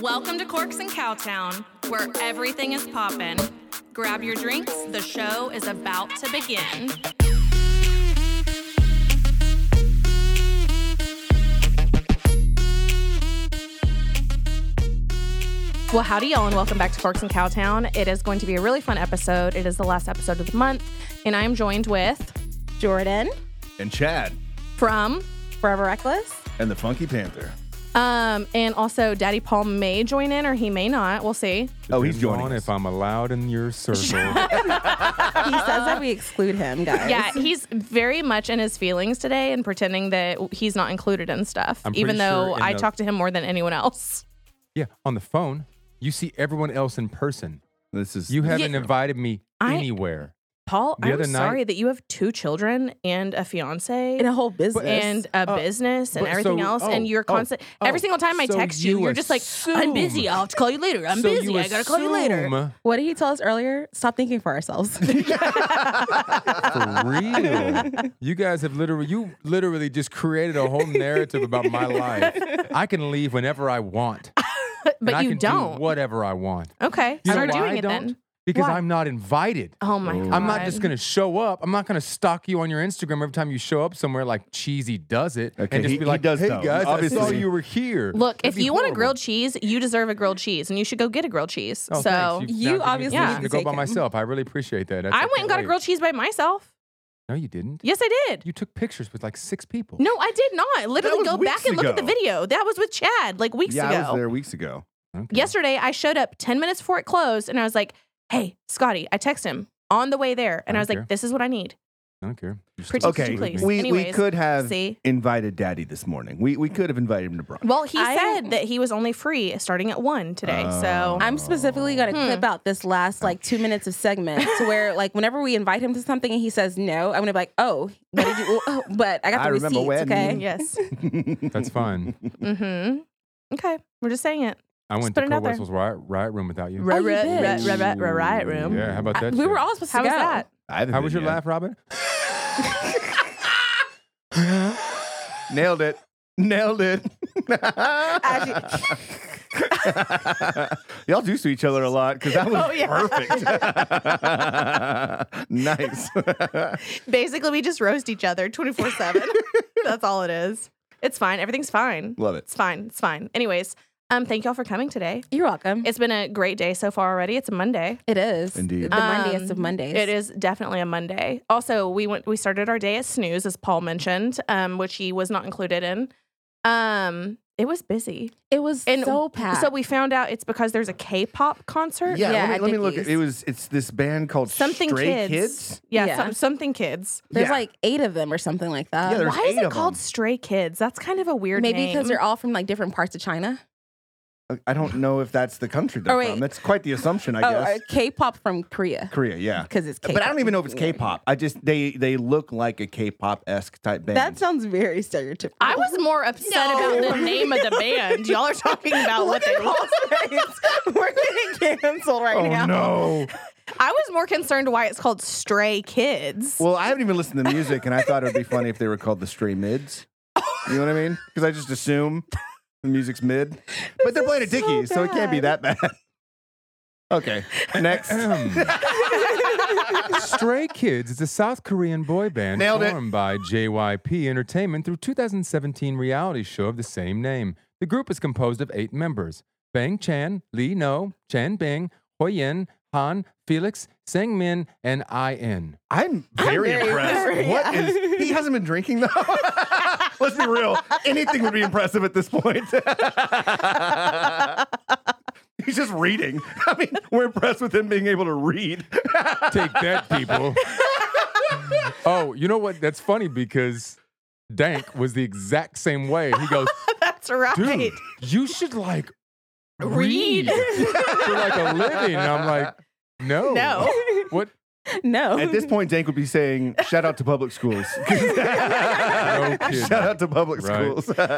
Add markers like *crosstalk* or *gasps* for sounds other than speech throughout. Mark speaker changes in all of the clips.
Speaker 1: Welcome to Corks and Cowtown, where everything is poppin'. Grab your drinks, the show is about to begin. Well, howdy, y'all, and welcome back to Corks and Cowtown. It is going to be a really fun episode. It is the last episode of the month, and I am joined with Jordan
Speaker 2: and Chad
Speaker 1: from
Speaker 3: Forever Reckless.
Speaker 2: and the Funky Panther.
Speaker 1: Um, and also Daddy Paul may join in or he may not. We'll see.
Speaker 2: Oh, he's
Speaker 4: Depends
Speaker 2: joining
Speaker 4: on
Speaker 2: us.
Speaker 4: If I'm allowed in
Speaker 1: *laughs*
Speaker 4: your circle,
Speaker 3: He says that we exclude him, guys.
Speaker 1: Yeah, he's very much in his feelings today and pretending that he's not included in stuff,
Speaker 4: I'm pretty
Speaker 1: even though
Speaker 4: sure in
Speaker 1: I
Speaker 4: the-
Speaker 1: talk to him more than anyone else.
Speaker 4: yeah, on the phone, you see everyone else in person.
Speaker 2: This is
Speaker 4: You
Speaker 2: this is
Speaker 4: haven't
Speaker 2: true.
Speaker 4: invited me
Speaker 1: I-
Speaker 4: anywhere.
Speaker 1: Paul,
Speaker 4: The
Speaker 1: I'm
Speaker 4: other night-
Speaker 1: sorry that you have two children and a fiance
Speaker 3: In a whole business.
Speaker 1: and a
Speaker 4: uh,
Speaker 1: business and
Speaker 4: but
Speaker 1: everything
Speaker 4: so-
Speaker 1: else, and
Speaker 4: oh,
Speaker 1: you're
Speaker 4: oh,
Speaker 1: constant. every
Speaker 4: oh,
Speaker 1: single time I
Speaker 4: so
Speaker 1: text you,
Speaker 4: you
Speaker 1: you're just like, "I'm
Speaker 4: assume-
Speaker 1: busy. I'll call you later. I'm
Speaker 4: so
Speaker 1: busy.
Speaker 4: you
Speaker 1: I gotta call you later."
Speaker 4: assume
Speaker 3: what did he tell us earlier? Stop thinking for
Speaker 1: *laughs*
Speaker 3: ourselves.
Speaker 2: *laughs*
Speaker 4: For real, you guys have literally, you literally just created a whole narrative about
Speaker 1: *laughs*
Speaker 4: my life. I can leave whenever I want, and
Speaker 1: But
Speaker 4: I
Speaker 1: you
Speaker 4: can do
Speaker 1: don't.
Speaker 4: whatever I want.
Speaker 1: okay,
Speaker 4: You know
Speaker 1: start
Speaker 4: why
Speaker 1: doing
Speaker 4: I
Speaker 1: it
Speaker 4: don't?
Speaker 1: then.
Speaker 4: Because
Speaker 1: Why?
Speaker 4: I'm not invited.
Speaker 1: Oh my god!
Speaker 4: I'm not just gonna show up. I'm not gonna stalk you on your Instagram every time you show up somewhere like Cheesy does it,
Speaker 2: Okay,
Speaker 4: and just
Speaker 2: he-
Speaker 4: be
Speaker 2: he
Speaker 4: like,
Speaker 2: does
Speaker 4: "Hey
Speaker 2: though.
Speaker 4: guys, I saw
Speaker 2: Obviously.
Speaker 4: you were here."
Speaker 1: Look,
Speaker 4: That'd
Speaker 1: if
Speaker 4: be
Speaker 1: you want a
Speaker 4: horrible.
Speaker 1: grilled cheese, you deserve a grilled cheese, and you should go get a grilled cheese.
Speaker 4: Oh,
Speaker 1: so
Speaker 4: thanks. You've
Speaker 3: You
Speaker 4: now given me
Speaker 3: obviously
Speaker 4: permission
Speaker 1: need
Speaker 4: to
Speaker 3: to
Speaker 4: go
Speaker 3: take
Speaker 4: by
Speaker 3: him.
Speaker 4: myself. I really appreciate that. That's-
Speaker 1: I went and got a
Speaker 4: wait.
Speaker 1: grilled cheese by myself.
Speaker 4: No, you didn't.
Speaker 1: Yes, I did.
Speaker 4: You took pictures with like six people.
Speaker 1: No, I did not. Literally
Speaker 2: was
Speaker 1: go back
Speaker 2: weeks
Speaker 1: and look at the
Speaker 2: ago.
Speaker 1: video. That was with Chad like weeks
Speaker 2: yeah,
Speaker 1: ago.
Speaker 2: I was there weeks ago.
Speaker 4: Okay.
Speaker 1: Yesterday, I showed up 10 minutes before it closed and I was like, hey, Scotty, I text him on the way there. And I was like,
Speaker 4: Okay.
Speaker 1: this is what I need.
Speaker 4: I don't care. You're
Speaker 1: Pretty
Speaker 4: still
Speaker 1: Okay,
Speaker 4: stupid with
Speaker 1: please.
Speaker 4: me.
Speaker 2: We we
Speaker 1: Anyways,
Speaker 2: could have
Speaker 1: see?
Speaker 2: invited Daddy this morning. We we could have invited him to
Speaker 4: *laughs*
Speaker 2: brunch.
Speaker 1: Well, he
Speaker 3: I-
Speaker 1: said that he was only free starting at one today. so
Speaker 2: Oh.
Speaker 3: I'm specifically going to
Speaker 1: Hmm.
Speaker 3: clip out this last like two minutes of segment to where like whenever we invite him to something and he says no, I'm going to be like, oh, what did you? oh, but I got the
Speaker 2: I remember
Speaker 3: receipts,
Speaker 2: when.
Speaker 3: okay?
Speaker 2: *laughs*
Speaker 1: yes.
Speaker 4: *laughs* That's fine.
Speaker 1: hmm Okay. We're just saying it.
Speaker 4: I went
Speaker 1: put
Speaker 4: to
Speaker 1: it
Speaker 4: Kurt
Speaker 1: out there.
Speaker 4: Russell's riot, riot room without you.
Speaker 3: Right, you
Speaker 1: Ra-
Speaker 3: did.
Speaker 1: ra- ra- ra- ra- riot room.
Speaker 4: Yeah, how about
Speaker 3: I-
Speaker 4: that?
Speaker 3: we
Speaker 4: shit?
Speaker 3: were all supposed
Speaker 1: How
Speaker 3: to
Speaker 1: was
Speaker 3: go.
Speaker 1: that?
Speaker 2: I haven't
Speaker 4: How
Speaker 2: been
Speaker 4: was your
Speaker 2: yet.
Speaker 4: laugh, Robin?
Speaker 2: Nailed it. Nailed it. *laughs* Y'all do to each other a lot because that was
Speaker 1: Oh, yeah.
Speaker 2: perfect. *laughs* nice.
Speaker 1: Basically, we just roast each other 24
Speaker 2: *laughs*
Speaker 1: 7. That's all it is. It's fine. Everything's fine.
Speaker 2: Love it.
Speaker 1: It's fine. It's fine. Anyways, um, thank y'all for coming today.
Speaker 3: You're welcome.
Speaker 1: It's been a great day so far already. It's a Monday.
Speaker 3: it is.
Speaker 2: Indeed.
Speaker 3: The
Speaker 1: Um,
Speaker 3: Mondayest of Mondays.
Speaker 1: It is definitely a Monday. Also, we went we started our day at Snooze, as Paul mentioned, um, which he was not included in. Um, it was busy.
Speaker 3: It was
Speaker 1: And
Speaker 3: so packed.
Speaker 1: So we found out it's because there's a K-pop concert.
Speaker 2: Yeah,
Speaker 3: Yeah,
Speaker 2: let me,
Speaker 3: at
Speaker 2: let me look.
Speaker 3: Dickies.
Speaker 2: It was it's this band called
Speaker 1: Something
Speaker 2: Stray
Speaker 1: kids. Yeah,
Speaker 3: Yeah.
Speaker 1: some- something kids.
Speaker 3: There's
Speaker 2: yeah.
Speaker 3: like eight of them or something like that.
Speaker 2: Yeah, there's
Speaker 1: Why is
Speaker 2: eight
Speaker 1: it
Speaker 2: of
Speaker 1: called
Speaker 2: 'em.
Speaker 1: Stray Kids? That's kind of a weird
Speaker 3: Maybe
Speaker 1: name.
Speaker 3: because they're all from like different parts of China.
Speaker 2: I don't know if that's the country they're
Speaker 3: Oh, wait.
Speaker 2: from. That's quite the assumption, I
Speaker 3: Oh,
Speaker 2: guess.
Speaker 3: uh, K-pop from Korea
Speaker 2: Korea, yeah.
Speaker 3: because it's K-pop.
Speaker 2: But I don't even know if it's K-pop. I just they they look like a K-pop esque type band.
Speaker 3: That sounds very stereotypical.
Speaker 1: I was more upset about the name of the band. Y'all are talking
Speaker 3: *laughs*
Speaker 1: about what they call.
Speaker 3: We're getting canceled right
Speaker 2: oh
Speaker 3: now.
Speaker 2: no.
Speaker 1: I was more concerned why it's called Stray Kids.
Speaker 2: Well, I haven't even listened to the music, and I thought it would be funny if they were called the Stray Mids. You know what I mean? Because I just assume the music's mid, but they're playing at
Speaker 3: so
Speaker 2: Dickies, so, it can't be that bad. *laughs* Okay, next.
Speaker 4: *laughs* Stray Kids is a South Korean boy band
Speaker 2: Nailed it.
Speaker 4: formed by JYP Entertainment through 2017 reality show of the same name. The group is composed of eight members: Bang Chan, Lee No, Chan Bing, Hoyin, Han, Felix, Sangmin, and In.
Speaker 2: I'm very,
Speaker 3: very
Speaker 2: impressed.
Speaker 3: impressed,
Speaker 2: What
Speaker 3: yeah.
Speaker 2: is? He hasn't been drinking though. *laughs* Let's be real. Anything would be impressive at this point. *laughs* He's just reading. I mean, we're impressed with him being able to read.
Speaker 4: Take that, people. *laughs* oh, you know what? That's funny because Dank was the exact same way. He goes,
Speaker 1: *laughs* That's right.
Speaker 4: dude, you should like
Speaker 1: Read.
Speaker 4: read, for like a living.
Speaker 1: *laughs*
Speaker 4: And I'm like, no,
Speaker 1: No.
Speaker 4: What?
Speaker 3: *laughs* No.
Speaker 2: At this point, Dank would be saying, "Shout out to public *laughs* schools."
Speaker 4: No kidding.
Speaker 2: Shout out to public
Speaker 4: Right.
Speaker 2: schools. *laughs*
Speaker 3: Shout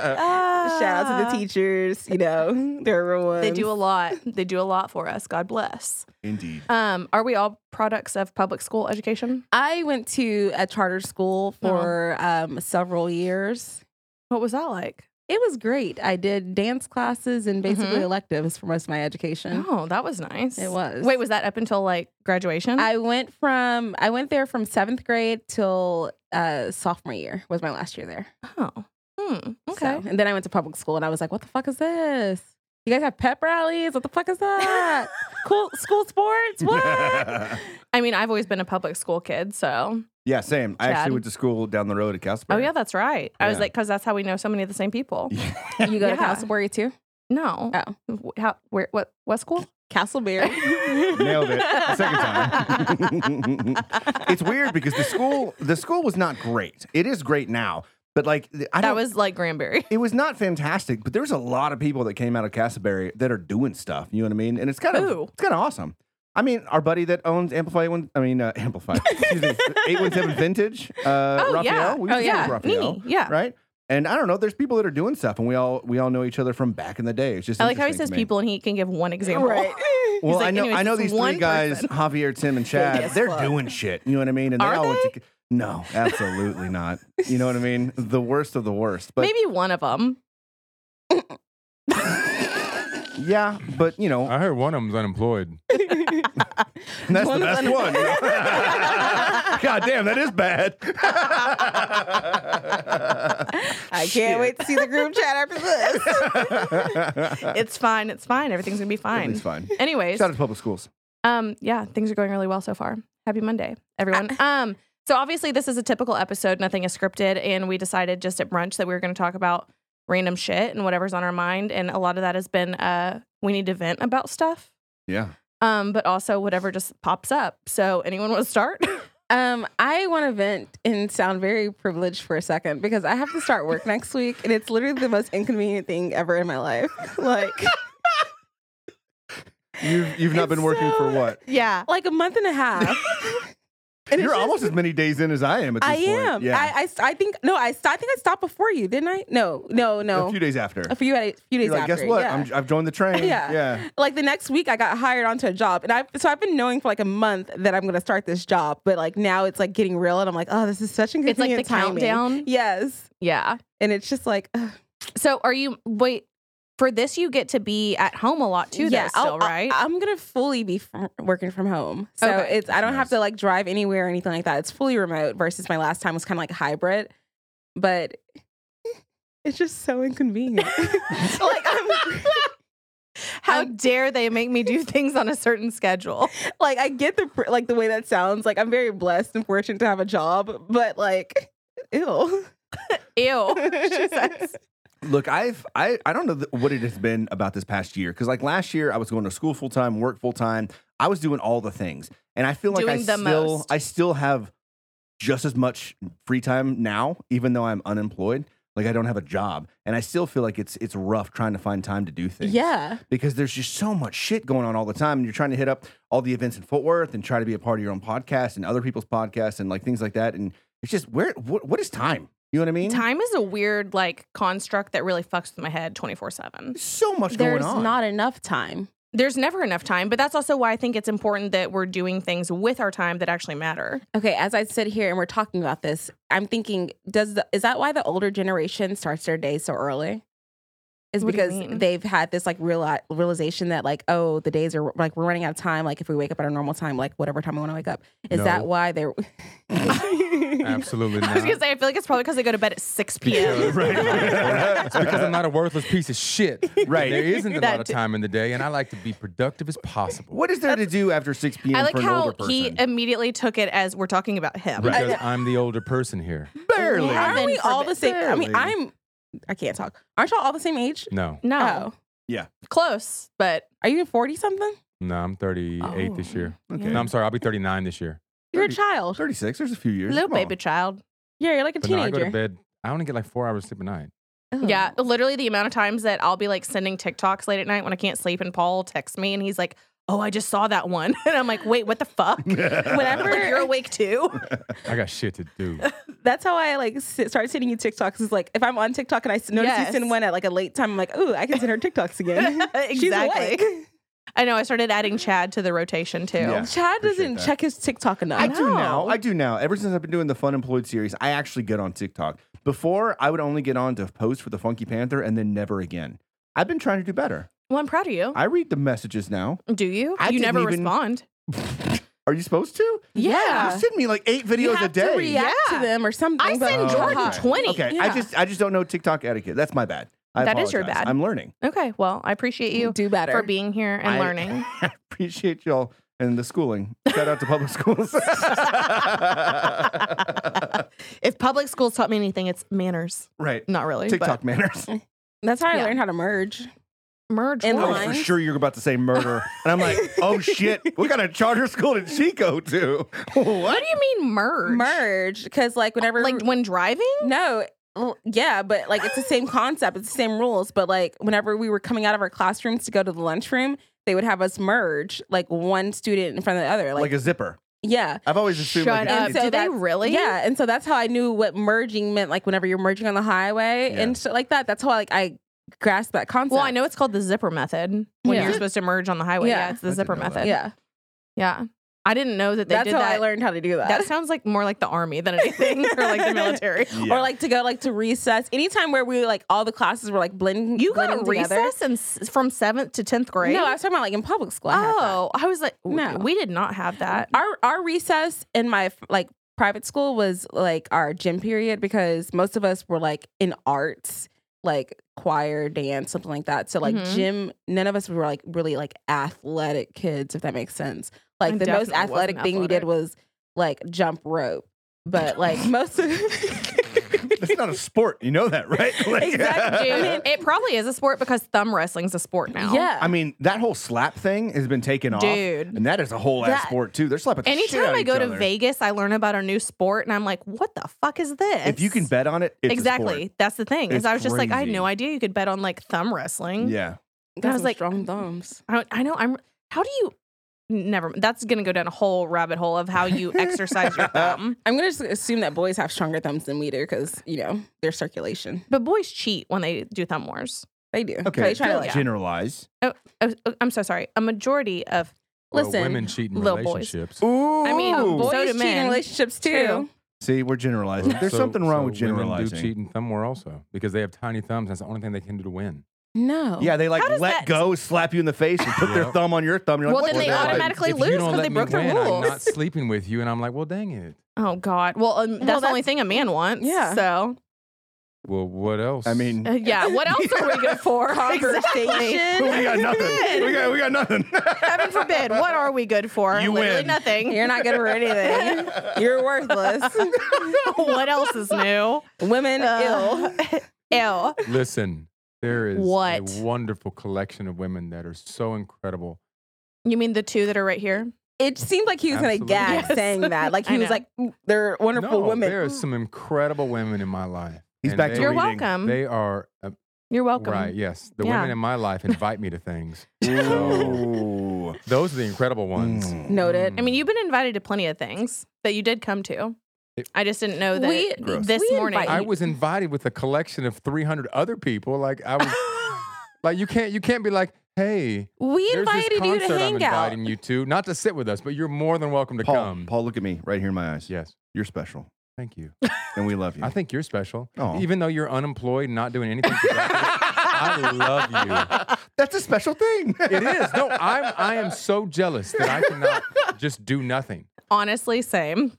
Speaker 3: out to the teachers. You know, *laughs* they're real ones.
Speaker 1: Uh, They do a lot. They do a lot for us. God bless.
Speaker 2: Indeed.
Speaker 1: Um, are we all products of public school education?
Speaker 3: I went Uh-huh. to a charter school for um, several years.
Speaker 1: What was that like?
Speaker 3: It was great. I did dance classes and basically
Speaker 1: Mhm.
Speaker 3: electives for most of my education.
Speaker 1: Oh, that was nice.
Speaker 3: It was.
Speaker 1: Wait, was that up until like graduation?
Speaker 3: I went from I went there from seventh grade till uh, sophomore year was my last year there.
Speaker 1: oh. Hmm. Okay.
Speaker 3: So- and then I went to public school and I was like, what the fuck is this? You guys have pep rallies? What the fuck is *laughs* that? cool school sports?
Speaker 2: *laughs*
Speaker 3: What?
Speaker 1: I mean, I've always been a public school kid, so.
Speaker 2: *laughs* yeah, same. I
Speaker 1: Chad.
Speaker 2: actually went to school down the road at Casper.
Speaker 1: Oh yeah, that's right. I was
Speaker 2: Yeah.
Speaker 1: like, because that's how we know so many of the same people.
Speaker 3: you go
Speaker 1: Yeah.
Speaker 3: to Castleberry too?
Speaker 1: No.
Speaker 3: Oh.
Speaker 1: Wh- How? Where? What? What
Speaker 3: *laughs*
Speaker 1: school?
Speaker 3: Castleberry. *laughs*
Speaker 2: Nailed it. The second time. *laughs* it's weird because the school the school was not great. It is great now, but like th- I
Speaker 1: that
Speaker 2: don't-
Speaker 1: was like Granbury.
Speaker 2: it was not fantastic. But there's a lot of people that came out of Casaberry that are doing stuff. You know what I mean? And it's kind of
Speaker 1: Who?
Speaker 2: it's kind of awesome. I mean, our buddy that owns Amplify One, I mean uh, Amplify, *laughs* excuse me, eight one seven Vintage. Uh,
Speaker 1: Oh,
Speaker 2: Raphael,
Speaker 1: yeah.
Speaker 2: we
Speaker 1: Oh,
Speaker 2: used to
Speaker 1: yeah.
Speaker 2: live with Raphael,
Speaker 1: Nini, yeah.
Speaker 2: right. And I don't know. There's people that are doing stuff, and we all we all know each other from back in the day. It's just
Speaker 1: I like how he
Speaker 2: interesting
Speaker 1: says
Speaker 2: to me.
Speaker 1: people, and he can give one example. *laughs* He's
Speaker 2: Well, I
Speaker 1: like,
Speaker 2: know
Speaker 1: "Anyways,
Speaker 2: I know
Speaker 1: it's
Speaker 2: these
Speaker 1: one
Speaker 2: three guys,
Speaker 1: person."
Speaker 2: Javier, Tim, and Chad.
Speaker 3: as
Speaker 2: they're
Speaker 3: fuck.
Speaker 2: doing shit. You know what I mean? And
Speaker 1: Are
Speaker 2: all went
Speaker 1: they?
Speaker 2: to- no, absolutely not. You know what I mean? The worst of the worst. But
Speaker 1: Maybe one of them.
Speaker 2: yeah, but you know,
Speaker 4: I heard one of them's unemployed.
Speaker 2: that's the
Speaker 3: One
Speaker 2: best
Speaker 3: of-
Speaker 2: one. *laughs*
Speaker 3: *laughs*
Speaker 2: God damn, that is bad.
Speaker 3: I
Speaker 2: *laughs*
Speaker 3: can't wait to see the group chat after this.
Speaker 1: It's fine. It's fine. Everything's gonna be fine.
Speaker 2: It's Uh, fine.
Speaker 1: Anyways,
Speaker 2: Shout out to public schools.
Speaker 1: um, yeah, things are going really well so far. Happy Monday, everyone.
Speaker 3: *laughs*
Speaker 1: um, so obviously this is a typical episode. Nothing is scripted, and we decided just at brunch that we were going to talk about random shit and whatever's on our mind, and a lot of that has been uh, we need to vent about stuff.
Speaker 2: Yeah.
Speaker 1: Um, but also whatever just pops up. So anyone want to start?
Speaker 3: *laughs*
Speaker 1: *laughs*
Speaker 3: Um, I want to vent and sound very privileged for a second because I have to start work next week, and it's literally the most inconvenient thing ever in my life. *laughs* Like,
Speaker 2: You've you've not
Speaker 3: It's
Speaker 2: been working for
Speaker 3: so-
Speaker 2: what?
Speaker 1: yeah.
Speaker 3: like a month and
Speaker 2: *laughs*
Speaker 3: a half. And it's
Speaker 2: You're
Speaker 3: just-
Speaker 2: almost as many days in as I am at this
Speaker 3: I
Speaker 2: point.
Speaker 3: am.
Speaker 2: Yeah.
Speaker 3: I, I, I think no. I, st- I think I stopped before you, didn't I? No, no, no.
Speaker 2: A few days after.
Speaker 3: A few, a few days
Speaker 2: You're like,
Speaker 3: after.
Speaker 2: guess what?
Speaker 3: Yeah.
Speaker 2: I'm, I've joined the train.
Speaker 3: Yeah.
Speaker 2: Yeah.
Speaker 3: like the next week, I got hired onto a job, and I so I've been knowing for like a month that I'm going to start this job, but like now it's like getting real, and I'm like, oh, this is such
Speaker 1: It's like
Speaker 3: inconvenient.
Speaker 1: the
Speaker 3: timing.
Speaker 1: countdown.
Speaker 3: Yes,
Speaker 1: Yeah.
Speaker 3: and it's just like. ugh.
Speaker 1: So are you wait for this? You get to be at home a lot too. Yeah.
Speaker 3: I'll-
Speaker 1: still,
Speaker 3: I'll-
Speaker 1: right?
Speaker 3: I'm gonna fully be f- working from home, so
Speaker 1: Okay.
Speaker 3: it's I don't have
Speaker 2: Nice.
Speaker 3: to like drive anywhere or anything like that. It's fully remote versus my last time was kind of like hybrid, but *laughs* it's just so inconvenient. *laughs* like I'm
Speaker 1: How dare they make me do *laughs* things on a certain schedule?
Speaker 3: like I get the pr- like the way that sounds. Like I'm very blessed and fortunate to have a job, but like. *laughs* Ew.
Speaker 1: Ew. *laughs*
Speaker 3: She says.
Speaker 2: Look, I've I I don't know th- what it has been about this past year because like last year I was going to school full time, work full time. I was doing all the things, and I feel like I
Speaker 1: Doing the
Speaker 2: still
Speaker 1: most.
Speaker 2: I still have just as much free time now, even though I'm unemployed. Like I don't have a job, and I still feel like it's it's rough trying to find time to do things.
Speaker 3: Yeah.
Speaker 2: because there's just so much shit going on all the time, and you're trying to hit up all the events in Fort Worth and try to be a part of your own podcast and other people's podcasts and like things like that. And it's just where what, what is time? You know what I mean?
Speaker 1: Time is a weird like construct that really fucks with my head 24/7.
Speaker 2: There's so much
Speaker 3: There's
Speaker 2: going on.
Speaker 3: not enough time.
Speaker 1: There's never enough time, but that's also why I think it's important that we're doing things with our time that actually matter. *laughs*
Speaker 3: Okay, as I sit here and we're talking about this, I'm thinking, does the, is that why the older generation starts their day so early? Is
Speaker 1: What do you
Speaker 3: because
Speaker 1: mean?
Speaker 3: they've had this like real realization that like, oh, the days are like we're running out of time. Like if we wake up at our normal time, like whatever time we want to wake up, is that
Speaker 4: No.
Speaker 3: why they're?
Speaker 1: *laughs*
Speaker 4: Absolutely
Speaker 1: I was
Speaker 4: not.
Speaker 1: going to say I feel like it's probably cuz they go to bed at 6 *laughs*
Speaker 2: *laughs*
Speaker 1: p.m.
Speaker 4: It's because I'm not a worthless piece of shit.
Speaker 2: Right.
Speaker 4: There isn't a
Speaker 1: That
Speaker 4: lot of
Speaker 1: too.
Speaker 4: time in the day, and I like to be productive as possible.
Speaker 2: What is there to do after 6 p.m.
Speaker 1: I like
Speaker 2: for an
Speaker 1: how
Speaker 2: older person?
Speaker 1: he immediately took it as we're talking about him.
Speaker 4: Because I'm the older person here.
Speaker 2: Barely.
Speaker 1: Yeah.
Speaker 3: Aren't we all the same? I mean,
Speaker 2: Barely.
Speaker 3: I'm. I can't talk. Aren't y'all all the same age?
Speaker 4: No,
Speaker 1: No.
Speaker 3: Oh.
Speaker 1: Close, but
Speaker 3: Are you forty something?
Speaker 4: no, I'm 38 this
Speaker 1: Oh.
Speaker 4: year.
Speaker 2: Okay.
Speaker 4: No, I'm sorry, I'll be 39 this year.
Speaker 3: You're a
Speaker 2: Thirty-
Speaker 3: child.
Speaker 2: 36. There's a few years.
Speaker 1: little
Speaker 2: Come on.
Speaker 1: baby child.
Speaker 3: Yeah, you're like a
Speaker 4: But no, I go to
Speaker 3: teenager.
Speaker 4: bed. I only get like four hours sleep a night.
Speaker 3: Ugh.
Speaker 1: Yeah, literally the amount of times that I'll be like sending TikToks late at night when I can't sleep, and Paul texts me and he's like, "Oh, I just saw that one," *laughs* and I'm like, "Wait, what the
Speaker 2: *laughs*
Speaker 1: fuck?"
Speaker 3: Whenever
Speaker 1: Like, you're awake too. *laughs*
Speaker 4: I got shit to do.
Speaker 3: That's how I like sit, start sending you TikToks. Is like if I'm on TikTok and I s- notice
Speaker 1: Yes. *laughs*
Speaker 3: you send one at like a late time, I'm like, ooh, I can send her TikToks again.
Speaker 1: exactly.
Speaker 3: She's awake.
Speaker 1: I know. I started adding Chad to the rotation too.
Speaker 2: Yeah.
Speaker 3: Chad
Speaker 2: appreciate
Speaker 3: doesn't
Speaker 2: that.
Speaker 3: check his TikTok enough.
Speaker 2: I do now.
Speaker 1: No.
Speaker 2: I do now. Ever since I've been doing the Fun Employed series, I actually get on TikTok. Before, I would only get on to post for the Funky Panther and then never again. I've been trying to do better.
Speaker 1: Well, I'm proud of you.
Speaker 2: I read the messages now.
Speaker 1: Do you?
Speaker 2: I
Speaker 1: you
Speaker 2: didn't
Speaker 1: never
Speaker 2: even-
Speaker 1: respond.
Speaker 2: Are you supposed to?
Speaker 3: Yeah.
Speaker 2: You send me like eight videos
Speaker 3: you
Speaker 2: a
Speaker 3: have
Speaker 2: day.
Speaker 3: to react
Speaker 1: Yeah.
Speaker 3: to them or something.
Speaker 1: I
Speaker 3: but-
Speaker 1: send
Speaker 2: Oh,
Speaker 1: Jordan
Speaker 2: okay.
Speaker 1: 20.
Speaker 2: Okay, I
Speaker 3: Yeah.
Speaker 2: just I just don't know TikTok etiquette. That's my bad. I
Speaker 1: That is your
Speaker 2: apologize.
Speaker 1: bad.
Speaker 2: I'm learning. *laughs*
Speaker 1: Okay. Well, I appreciate you
Speaker 3: do better
Speaker 1: for being here and
Speaker 2: I- *laughs*
Speaker 1: learning.
Speaker 2: I appreciate y'all and the schooling. Shout out to public
Speaker 3: *laughs*
Speaker 2: schools.
Speaker 1: If public schools taught me anything, it's manners.
Speaker 2: right.
Speaker 1: Not really. but-
Speaker 2: TikTok
Speaker 3: *laughs*
Speaker 2: manners.
Speaker 3: That's how I
Speaker 1: Yeah.
Speaker 3: learned how to merge.
Speaker 1: merge
Speaker 3: In
Speaker 2: I
Speaker 1: one.
Speaker 2: was Oh, for
Speaker 3: lines.
Speaker 2: sure you're about to say murder. And I'm
Speaker 3: *laughs*
Speaker 2: like, oh shit, what kind of charter school did she go to?
Speaker 1: What
Speaker 2: What?
Speaker 1: do you mean merge?
Speaker 3: Merge because like whenever
Speaker 1: Like when driving?
Speaker 3: no. l- Yeah, but like it's the same concept, it's the same rules. But like whenever we were coming out of our classrooms to go to the lunchroom, they would have us merge like one student in front of the other. Like,
Speaker 2: Like a zipper.
Speaker 3: yeah,
Speaker 2: I've always assumed
Speaker 1: Shut
Speaker 2: like
Speaker 1: up.
Speaker 2: a-
Speaker 3: so
Speaker 1: Do they
Speaker 3: that's-
Speaker 1: really?
Speaker 3: yeah. And so that's how I knew what merging meant. Like whenever you're merging on the highway
Speaker 2: Yeah.
Speaker 3: and shit like that. That's how like I grasped that concept.
Speaker 1: Well, I know it's called the zipper method when
Speaker 3: Yeah.
Speaker 1: you're supposed to merge on the highway. Yeah,
Speaker 3: Yeah.
Speaker 1: it's
Speaker 2: I
Speaker 1: the
Speaker 2: didn't
Speaker 1: zipper
Speaker 2: know that.
Speaker 1: method.
Speaker 3: Yeah,
Speaker 1: Yeah. I didn't know that they
Speaker 3: that's
Speaker 1: did
Speaker 3: how
Speaker 1: that.
Speaker 3: I learned how to do that.
Speaker 1: That sounds like more like the army than anything *laughs* or like the military.
Speaker 2: Yeah.
Speaker 3: *laughs* Or like to go like to recess. Anytime where we like all the classes were like blending.
Speaker 1: You
Speaker 3: blending
Speaker 1: got
Speaker 3: together.
Speaker 1: recess and s- from seventh to tenth grade.
Speaker 3: No, I was talking about like in public school. I had that.
Speaker 1: oh, I was like,
Speaker 3: No.
Speaker 1: we did not have that.
Speaker 2: *laughs*
Speaker 3: our our recess in my like private school was like our gym period because most of us were like in arts, like choir, dance, something like that. So like
Speaker 1: Mhm.
Speaker 3: gym, none of us were like really like athletic kids, if that makes sense. Like
Speaker 1: I
Speaker 3: the most
Speaker 1: definitely wasn't
Speaker 3: athletic thing we did
Speaker 1: athletic.
Speaker 3: was like jump rope,
Speaker 1: *laughs*
Speaker 3: but like most of.
Speaker 2: *laughs* That's not a sport. You know that,
Speaker 3: *laughs*
Speaker 2: right? Like-
Speaker 3: Exactly,
Speaker 1: Dude, it probably is a sport because thumb wrestling's a sport now.
Speaker 3: *laughs* Yeah,
Speaker 2: I mean, that whole slap thing has been taken off.
Speaker 1: Dude.
Speaker 2: And that is a whole ass
Speaker 3: That-
Speaker 2: sport too. They're slapping the shit out
Speaker 1: Anytime
Speaker 2: of
Speaker 1: I
Speaker 2: each
Speaker 1: go to
Speaker 2: other.
Speaker 1: Vegas, I learn about a new sport and I'm like, what the fuck is this?
Speaker 2: If you can bet on it, it's a sport.
Speaker 1: exactly. That's the thing. Is
Speaker 2: It's
Speaker 1: I was just like, I had
Speaker 2: crazy.
Speaker 1: no idea you could bet on like thumb wrestling.
Speaker 2: Yeah.
Speaker 3: Got
Speaker 1: I was
Speaker 3: some
Speaker 1: like-
Speaker 3: strong thumbs.
Speaker 1: I, I know. I'm. How do you? Never. mind. That's gonna go down a whole rabbit hole of how you exercise
Speaker 3: *laughs*
Speaker 1: your thumb.
Speaker 3: I'm gonna just assume that boys have stronger thumbs than we do because you know their circulation.
Speaker 1: But boys cheat when they do thumb wars.
Speaker 3: They do.
Speaker 2: Okay.
Speaker 3: They try to
Speaker 1: Feel
Speaker 3: like
Speaker 1: Yeah.
Speaker 2: Generalize.
Speaker 1: Oh, oh, I'm so sorry. A majority of
Speaker 4: Well,
Speaker 3: Listen,
Speaker 4: women cheat in
Speaker 1: little boys.
Speaker 4: relationships.
Speaker 2: Ooh.
Speaker 1: I mean,
Speaker 3: boys
Speaker 1: So do
Speaker 3: cheat
Speaker 1: men.
Speaker 3: in relationships too.
Speaker 1: True.
Speaker 2: See, we're generalizing. There's
Speaker 4: So-
Speaker 2: something wrong
Speaker 4: so
Speaker 2: with
Speaker 4: Women do
Speaker 2: generalizing.
Speaker 4: cheat in thumb war also because they have tiny thumbs. That's the only thing they can do to win.
Speaker 3: No.
Speaker 2: Yeah, they like
Speaker 1: How does
Speaker 2: let
Speaker 1: that-
Speaker 2: go, slap you in the face, and put their
Speaker 4: Yeah.
Speaker 2: thumb on your thumb. You're like,
Speaker 1: well,
Speaker 2: what
Speaker 1: then
Speaker 2: was
Speaker 1: they
Speaker 2: that like?
Speaker 1: automatically
Speaker 4: if
Speaker 1: lose
Speaker 4: you don't
Speaker 1: because
Speaker 4: let
Speaker 1: they
Speaker 4: me
Speaker 1: broke the
Speaker 4: win,
Speaker 1: rules.
Speaker 4: I'm not sleeping with you, and I'm like, well, dang it.
Speaker 1: oh God. Well, um, that's the only
Speaker 3: that's-
Speaker 1: thing a man wants.
Speaker 3: Yeah.
Speaker 1: So
Speaker 4: Well, what else?
Speaker 2: I mean,
Speaker 1: uh,
Speaker 3: *laughs*
Speaker 1: yeah. What else are we good for?
Speaker 3: Conversation.
Speaker 1: Exactly.
Speaker 2: *laughs* we got nothing. We got we got nothing.
Speaker 1: Heaven forbid. What are we good for?
Speaker 2: You
Speaker 1: Literally
Speaker 2: win.
Speaker 1: nothing.
Speaker 3: You're not good
Speaker 2: *laughs*
Speaker 3: for anything. You're worthless.
Speaker 1: *laughs* what else is
Speaker 3: *laughs*
Speaker 1: new?
Speaker 3: Women ill.
Speaker 1: Ill.
Speaker 4: *laughs* listen, there is
Speaker 1: What?
Speaker 4: a wonderful collection of women that are so incredible.
Speaker 1: You mean the two that are right here?
Speaker 3: It seemed like he was going to
Speaker 4: Absolutely.
Speaker 3: gag
Speaker 1: Yes.
Speaker 3: saying that. Like he
Speaker 1: I
Speaker 3: was
Speaker 1: know.
Speaker 3: like, "Ooh, they're wonderful
Speaker 4: no,
Speaker 3: women.
Speaker 4: There are some incredible women in my life.
Speaker 2: He's
Speaker 4: and
Speaker 2: back to
Speaker 4: they,
Speaker 1: You're
Speaker 2: reading.
Speaker 1: welcome.
Speaker 4: They are uh,
Speaker 1: You're welcome.
Speaker 4: right. Yes, the
Speaker 1: Yeah.
Speaker 4: women in my life invite me to things.
Speaker 2: Ooh.
Speaker 4: Those are the incredible ones.
Speaker 2: Mm.
Speaker 3: Noted.
Speaker 1: I mean, you've been invited to plenty of things that you did come to.
Speaker 4: It-
Speaker 1: I just didn't know that
Speaker 3: We-
Speaker 2: Gross.
Speaker 1: this
Speaker 3: we
Speaker 1: morning.
Speaker 3: invite
Speaker 4: Mm. I was invited with a collection of 300 other people. Like I was, like you can't you can't be like, hey,
Speaker 3: *laughs* we
Speaker 4: there's this
Speaker 3: invited you
Speaker 4: concert
Speaker 3: to
Speaker 4: I'm
Speaker 3: hang out.
Speaker 4: inviting you to, not to sit with us, but you're more than welcome to
Speaker 2: Paul,
Speaker 4: come.
Speaker 2: Paul, look at me right here in my eyes.
Speaker 4: Yes,
Speaker 2: You're special,
Speaker 4: thank you.
Speaker 2: and we love you.
Speaker 4: I think you're special,
Speaker 2: Aw.
Speaker 4: even though you're unemployed, and not
Speaker 2: *laughs*
Speaker 4: doing anything. productive, I love you.
Speaker 2: That's a special thing.
Speaker 4: It is. No, I'm I am so jealous that I cannot just do nothing.
Speaker 1: Honestly, same.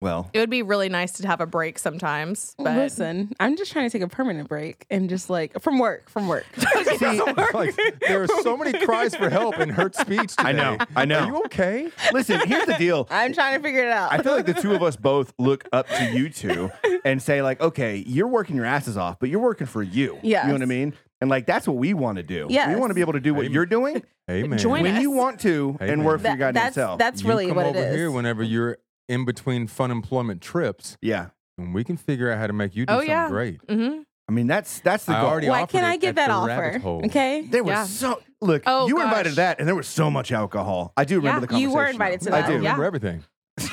Speaker 2: *laughs* well,
Speaker 1: It would be really nice to have a break sometimes. But
Speaker 3: Listen, I'm just trying to take a permanent break and just like from work, *laughs* from work.
Speaker 4: *laughs* See, like, there are so many cries for help in hurt speech. Today.
Speaker 2: I know, I know.
Speaker 4: Are you okay?
Speaker 2: listen. Here's the deal.
Speaker 3: I'm trying to figure it out.
Speaker 2: I feel like the two of us both look up to you two and say, like, okay, you're working your asses off, but you're working for you. You know what I
Speaker 3: Yes.
Speaker 2: mean? And like that's what we want to do.
Speaker 3: Yes.
Speaker 2: We want to be able to do what
Speaker 4: Amen.
Speaker 2: you're
Speaker 3: *laughs*
Speaker 2: doing
Speaker 4: Amen.
Speaker 1: Join
Speaker 2: when
Speaker 1: us.
Speaker 2: you want to and
Speaker 4: Amen.
Speaker 2: work for
Speaker 3: That-
Speaker 2: your goddamn
Speaker 3: that's
Speaker 2: self.
Speaker 3: that's really
Speaker 4: you come
Speaker 3: what it
Speaker 4: over
Speaker 3: is.
Speaker 4: here whenever you're in between fun employment trips,
Speaker 2: yeah.
Speaker 4: and we can figure out how to make you do
Speaker 1: Oh,
Speaker 4: something
Speaker 1: yeah.
Speaker 4: great.
Speaker 1: Mhm.
Speaker 2: I mean, that's that's the
Speaker 4: I
Speaker 2: goal.
Speaker 4: already-
Speaker 3: Why
Speaker 4: offered
Speaker 3: can't
Speaker 4: it
Speaker 3: I
Speaker 4: at
Speaker 3: get that
Speaker 4: the rabbit
Speaker 3: offer?
Speaker 4: hole.
Speaker 3: Okay.
Speaker 2: there was
Speaker 1: Yeah.
Speaker 2: so look,
Speaker 1: Oh,
Speaker 2: you were invited
Speaker 1: gosh.
Speaker 2: to that and there was so much alcohol. I do remember
Speaker 1: Yeah,
Speaker 2: the conversation.
Speaker 3: you were invited to
Speaker 2: though.
Speaker 3: that.
Speaker 2: I do.
Speaker 1: Yeah.
Speaker 4: Remember everything.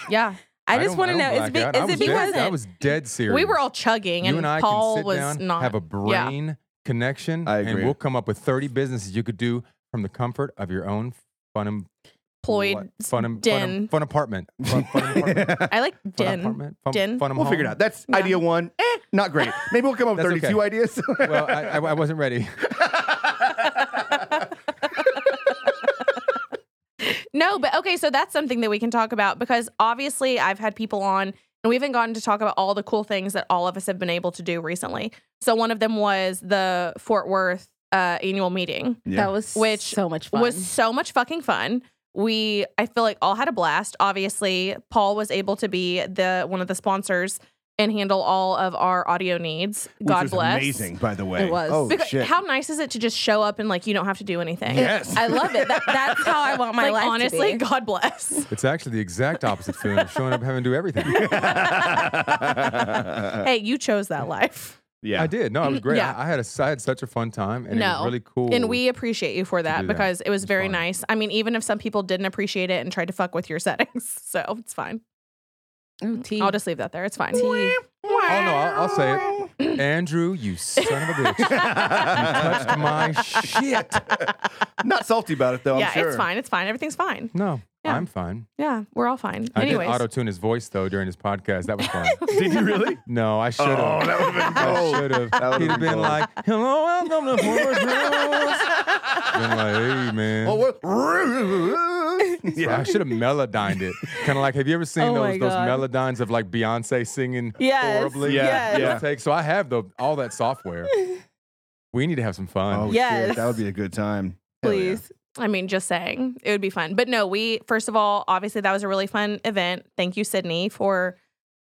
Speaker 1: Yeah.
Speaker 3: I just
Speaker 4: don't-
Speaker 3: want to know
Speaker 4: don't
Speaker 3: is, be,
Speaker 4: black out. I
Speaker 3: is
Speaker 4: was dead-
Speaker 3: it because
Speaker 4: I was dead serious?
Speaker 1: We were all chugging,
Speaker 4: You
Speaker 1: and,
Speaker 4: and I
Speaker 1: Paul
Speaker 4: can sit
Speaker 1: was
Speaker 4: down,
Speaker 1: not.
Speaker 4: have a brain connection,
Speaker 2: I
Speaker 4: and
Speaker 2: agree.
Speaker 4: we'll come up with 30 businesses you could do from the comfort of your own fun and
Speaker 1: Ployd
Speaker 4: fun, and,
Speaker 1: den.
Speaker 4: fun, fun apartment. Fun, fun
Speaker 2: *laughs*
Speaker 4: apartment.
Speaker 1: I like
Speaker 4: Fun
Speaker 1: din.
Speaker 4: apartment. Fun,
Speaker 1: Den.
Speaker 4: fun
Speaker 2: We'll figure it out. That's idea one. Eh, not great. Maybe we'll come up with
Speaker 4: That's
Speaker 2: 32
Speaker 4: okay.
Speaker 2: ideas.
Speaker 4: Well,
Speaker 2: *laughs*
Speaker 4: I, I, I wasn't ready.
Speaker 1: No, but okay, so that's something that we can talk about because obviously I've had people on and we haven't gotten to talk about all the cool things that all of us have been able to do recently. So one of them was the Fort Worth uh, annual meeting.
Speaker 3: That was
Speaker 1: Which
Speaker 3: so much fun.
Speaker 1: was so much fucking fun. We I feel like all had a blast. Obviously, Paul was able to be the one of the sponsors and handle all of our audio needs.
Speaker 2: Which
Speaker 1: God
Speaker 2: was
Speaker 1: bless.
Speaker 2: Amazing, by the way.
Speaker 3: It was.
Speaker 2: Oh,
Speaker 1: Because
Speaker 2: shit.
Speaker 1: how nice is it to just show up and like you don't have to do anything?
Speaker 2: yes. *laughs*
Speaker 3: I love it. That, that's how I want my
Speaker 1: Like
Speaker 3: life.
Speaker 1: honestly,
Speaker 3: to be.
Speaker 1: God bless. *laughs*
Speaker 4: *laughs* It's actually the exact opposite feeling of showing up having to do everything.
Speaker 1: hey, you chose that life.
Speaker 2: *laughs* yeah.
Speaker 4: I did. No, it was great.
Speaker 1: Yeah.
Speaker 4: I, I had a I had such a fun time, and it
Speaker 1: No.
Speaker 4: was really cool.
Speaker 1: And we appreciate you for that
Speaker 4: do that.
Speaker 1: because it was very
Speaker 4: fun.
Speaker 1: nice. I mean, even if some people didn't appreciate it and tried to fuck with your *laughs* settings, so it's fine.
Speaker 3: Ooh, tea.
Speaker 1: I'll just leave that there. It's fine.
Speaker 3: Tea.
Speaker 4: Oh no, I'll, I'll say
Speaker 2: *laughs*
Speaker 4: it. Andrew, you
Speaker 1: *laughs*
Speaker 4: son of a bitch, touched my shit.
Speaker 2: Not salty about it, though,
Speaker 1: yeah,
Speaker 2: I'm sure.
Speaker 1: it's fine. It's fine. Everything's
Speaker 4: *laughs*
Speaker 1: fine.
Speaker 4: No,
Speaker 1: Yeah.
Speaker 4: I'm fine.
Speaker 1: Yeah, we're all fine.
Speaker 4: I
Speaker 1: Anyways,
Speaker 4: did auto tune his voice though during his podcast. That was fun.
Speaker 2: Did you really?
Speaker 4: no, I should have.
Speaker 2: Oh, that would've been gold.
Speaker 4: *laughs* I should
Speaker 2: That
Speaker 4: have.
Speaker 2: would've
Speaker 4: He'd
Speaker 2: been
Speaker 4: have been
Speaker 2: gold.
Speaker 4: like, "Hello, welcome to Former's Rules." been like, "Hey, man."
Speaker 2: Well, we're-
Speaker 4: I
Speaker 2: *laughs* yeah.
Speaker 4: should have melodined it. Kind of like, have you ever seen
Speaker 3: Oh my
Speaker 4: those those
Speaker 3: God.
Speaker 4: melodines of like Beyonce singing
Speaker 3: Yes.
Speaker 4: horribly?
Speaker 2: Yeah,
Speaker 3: Yes.
Speaker 2: yeah.
Speaker 4: Take- So I have the all that software. We need to have some fun.
Speaker 2: Oh,
Speaker 3: Yes.
Speaker 2: shit. That would be a good time. Hell yeah.
Speaker 3: Please.
Speaker 1: I mean, just saying, it would be fun. But no, we first of all, obviously, that was a really fun event. Thank you, Sydney, for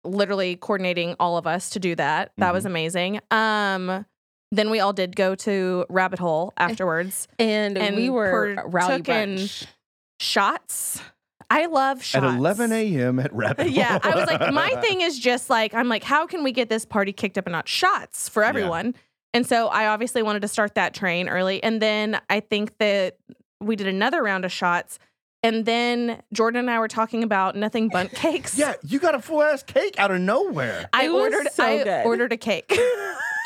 Speaker 1: literally coordinating all of us to do that. That was amazing. Um, then we all did go to Rabbit Hole afterwards.
Speaker 3: And,
Speaker 1: And
Speaker 3: we were a rowdy
Speaker 1: partook in
Speaker 3: bunch.
Speaker 1: shots. I love shots.
Speaker 2: At 11 a.m. at Rabbit Hole.
Speaker 1: *laughs* Yeah, I was like,
Speaker 2: *laughs*
Speaker 3: *laughs*
Speaker 1: my thing is just like, I'm like, how can we get this party kicked up a notch? Shots for everyone. And so I obviously wanted to start that train early. And then I think that we did another round of shots. And then Jordan and I were talking about nothing
Speaker 3: *laughs*
Speaker 1: but cakes.
Speaker 2: Yeah, you got a full ass cake out of nowhere
Speaker 1: I
Speaker 3: It was
Speaker 1: ordered
Speaker 3: so
Speaker 1: I
Speaker 3: good.
Speaker 1: ordered a
Speaker 3: *laughs*
Speaker 1: cake. *laughs*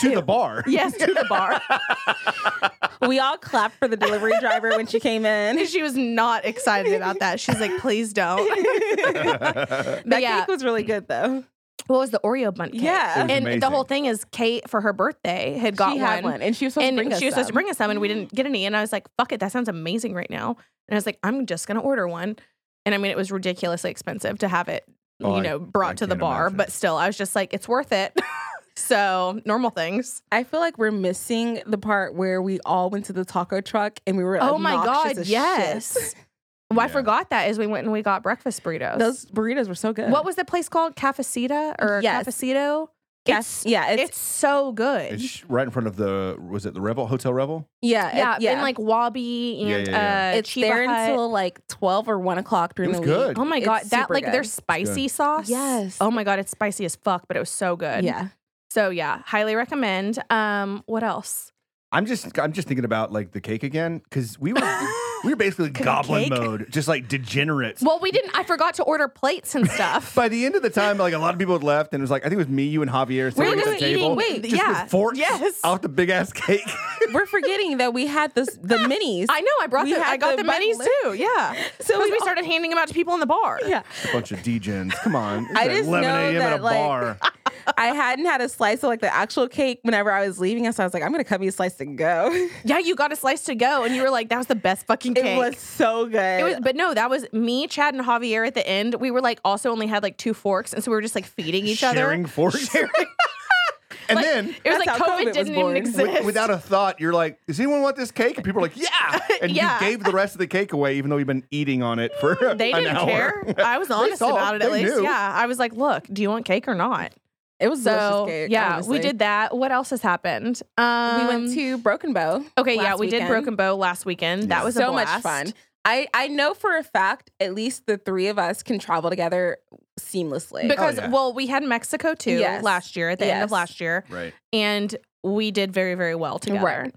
Speaker 2: to the bar. *laughs*
Speaker 1: yes, to the bar.
Speaker 3: We all clapped for the delivery
Speaker 1: *laughs*
Speaker 3: driver when she came in. *laughs*
Speaker 1: And she was not excited about that. She's like, please don't.
Speaker 3: That
Speaker 1: yeah.
Speaker 3: cake was really good though.
Speaker 1: What was the Oreo bun cake?
Speaker 3: Yeah.
Speaker 1: And
Speaker 3: It
Speaker 2: was
Speaker 1: the
Speaker 2: amazing.
Speaker 1: whole thing is Kate for her birthday had got
Speaker 3: she had one, and she was supposed
Speaker 1: and
Speaker 3: to bring us.
Speaker 1: she was supposed to
Speaker 3: some.
Speaker 1: bring us some, and we didn't get any. And I was like, "Fuck it, that sounds amazing right now." And I was like, "I'm just gonna order one." And I mean, it was ridiculously expensive to have it,
Speaker 2: Oh,
Speaker 1: you
Speaker 2: I-
Speaker 1: know, brought
Speaker 2: I
Speaker 1: to the
Speaker 2: can't
Speaker 1: bar.
Speaker 2: imagine.
Speaker 1: But still, I was just like, "It's worth it." *laughs* so normal things.
Speaker 3: I feel like we're missing the part where we all went to the taco truck and we were.
Speaker 1: oh my
Speaker 3: obnoxious
Speaker 1: god,
Speaker 3: as shit.
Speaker 1: yes. Well, I
Speaker 2: Yeah.
Speaker 1: forgot that is we went and we got breakfast burritos.
Speaker 3: Those burritos were so good.
Speaker 1: what was the place called? Cafecita or
Speaker 3: Yes.
Speaker 1: Cafecito?
Speaker 3: Yes,
Speaker 1: It's,
Speaker 3: yeah,
Speaker 1: it's,
Speaker 3: it's,
Speaker 1: so good.
Speaker 2: It's right in front of the, was it the Revel, Hotel Revel?
Speaker 3: yeah, it-
Speaker 1: yeah, and like Wabi and
Speaker 2: Yeah, yeah, yeah.
Speaker 1: uh
Speaker 3: it's
Speaker 1: Chiba
Speaker 3: there
Speaker 1: Hut.
Speaker 3: until like twelve or one o'clock during
Speaker 2: It was
Speaker 3: the
Speaker 2: good.
Speaker 3: week.
Speaker 1: Oh my
Speaker 3: It's
Speaker 1: god, that
Speaker 3: super
Speaker 1: like their
Speaker 3: good.
Speaker 1: spicy sauce.
Speaker 3: Yes.
Speaker 1: Oh my god, it's spicy as fuck, but it was so good.
Speaker 3: Yeah,
Speaker 1: So yeah, highly recommend. Um, what else?
Speaker 2: I'm just I'm just thinking about like the cake again because
Speaker 1: *laughs*
Speaker 2: we were we were basically goblin
Speaker 1: cake?
Speaker 2: mode, just like degenerates.
Speaker 1: Well, we didn't. I forgot to order plates and *laughs* stuff.
Speaker 2: By the end of the time, like a lot of people had left, and it was like I think it was me, you, and Javier
Speaker 1: we
Speaker 2: sitting
Speaker 1: were
Speaker 2: at the
Speaker 1: just
Speaker 2: table,
Speaker 1: eating. Wait,
Speaker 2: just
Speaker 1: yeah,
Speaker 2: with forks
Speaker 1: Yes.
Speaker 2: off the big ass cake. *laughs*
Speaker 3: we're forgetting that we had this the minis.
Speaker 1: *laughs* I know. I brought
Speaker 3: We
Speaker 1: the.
Speaker 3: had
Speaker 1: I got the,
Speaker 3: the
Speaker 1: minis
Speaker 3: button-
Speaker 1: too. Yeah. *laughs*
Speaker 3: So
Speaker 1: So
Speaker 3: we
Speaker 1: we
Speaker 3: all-
Speaker 1: started handing them out to people in the bar.
Speaker 3: Yeah,
Speaker 2: a bunch of degens. Come on, it's
Speaker 3: I
Speaker 2: at
Speaker 3: just
Speaker 2: 11
Speaker 3: know
Speaker 2: a.m. at
Speaker 3: that,
Speaker 2: a
Speaker 3: like-
Speaker 2: bar.
Speaker 3: I hadn't had a slice of like the actual cake whenever I was leaving, and so I was like, I'm gonna cut me a slice and go. *laughs*
Speaker 1: Yeah. You got a slice to go, and you were like, "That was the best fucking cake."
Speaker 3: It was so good.
Speaker 1: It was, but no, that was me, Chad, and Javier at the end. We were like also only had like two forks, and so we were just like feeding *laughs* each
Speaker 2: sharing
Speaker 1: other.
Speaker 2: forks, *laughs* and
Speaker 1: It
Speaker 2: then.
Speaker 1: was
Speaker 3: That's
Speaker 1: like
Speaker 3: how
Speaker 1: COVID,
Speaker 3: COVID was
Speaker 1: didn't even
Speaker 3: born.
Speaker 1: exist.
Speaker 2: wi- without a thought, you're like, "Does anyone want this cake?" And people are
Speaker 1: *laughs*
Speaker 2: like, "Yeah!" And
Speaker 1: Yeah.
Speaker 2: you gave the rest of the cake away, even though you've been eating on it
Speaker 3: *laughs*
Speaker 2: for
Speaker 1: *laughs* They
Speaker 2: an
Speaker 1: didn't
Speaker 2: hour.
Speaker 1: care. I was honest
Speaker 2: saw.
Speaker 1: about it at
Speaker 2: They
Speaker 1: least.
Speaker 2: knew.
Speaker 1: Yeah. I was like, look, do you want cake or not?
Speaker 3: It was
Speaker 1: So
Speaker 3: delicious cake.
Speaker 1: yeah,
Speaker 3: honestly.
Speaker 1: we did that. What else has happened? Um,
Speaker 3: we went to Broken Bow.
Speaker 1: Okay, yeah,
Speaker 3: last
Speaker 1: we did
Speaker 3: weekend.
Speaker 1: Broken Bow last weekend. That
Speaker 2: Yeah.
Speaker 1: was a
Speaker 3: so much
Speaker 1: blast.
Speaker 3: fun. I I know for a fact at least the three of us can travel together seamlessly.
Speaker 1: Because
Speaker 2: Oh, yeah.
Speaker 1: well, we had Mexico too
Speaker 3: Yes.
Speaker 1: last year at the end of
Speaker 3: Yes.
Speaker 1: last year,
Speaker 2: Right.
Speaker 1: and we did very very well together.
Speaker 3: Right.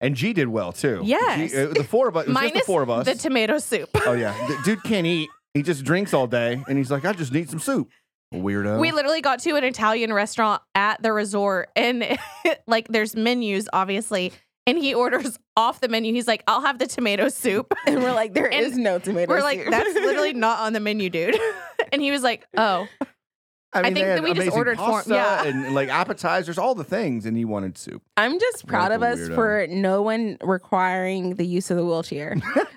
Speaker 2: And G did well too.
Speaker 1: Yes.
Speaker 2: G- uh, the four of us. it was just
Speaker 1: Minus
Speaker 2: the four of us.
Speaker 1: the tomato soup. *laughs*
Speaker 2: oh yeah, the dude can't eat. He just drinks all day, and he's like, "I just need some soup."
Speaker 3: Oh.
Speaker 2: Weirdo.
Speaker 1: We literally got *laughs* to an Italian restaurant at the resort, and like there's menus obviously, and he *laughs* orders off the menu. He's like, I'll have the tomato
Speaker 3: *laughs*
Speaker 1: soup.
Speaker 3: *laughs* And we're like, there
Speaker 1: And
Speaker 3: is no tomato.
Speaker 1: We're like,
Speaker 3: soup.
Speaker 1: that's *laughs*
Speaker 3: *laughs*
Speaker 1: literally not on the menu, dude. *laughs* and he was like, oh. I
Speaker 2: they
Speaker 1: think that
Speaker 2: had
Speaker 1: we just
Speaker 2: amazing
Speaker 1: ordered for-
Speaker 2: pasta
Speaker 1: yeah.
Speaker 2: and like appetizers, all the things, and he wanted soup.
Speaker 3: I'm just proud
Speaker 2: What
Speaker 3: of
Speaker 2: a
Speaker 3: us
Speaker 2: weirdo.
Speaker 3: for no one requiring the use of
Speaker 2: *laughs*
Speaker 3: the wheelchair.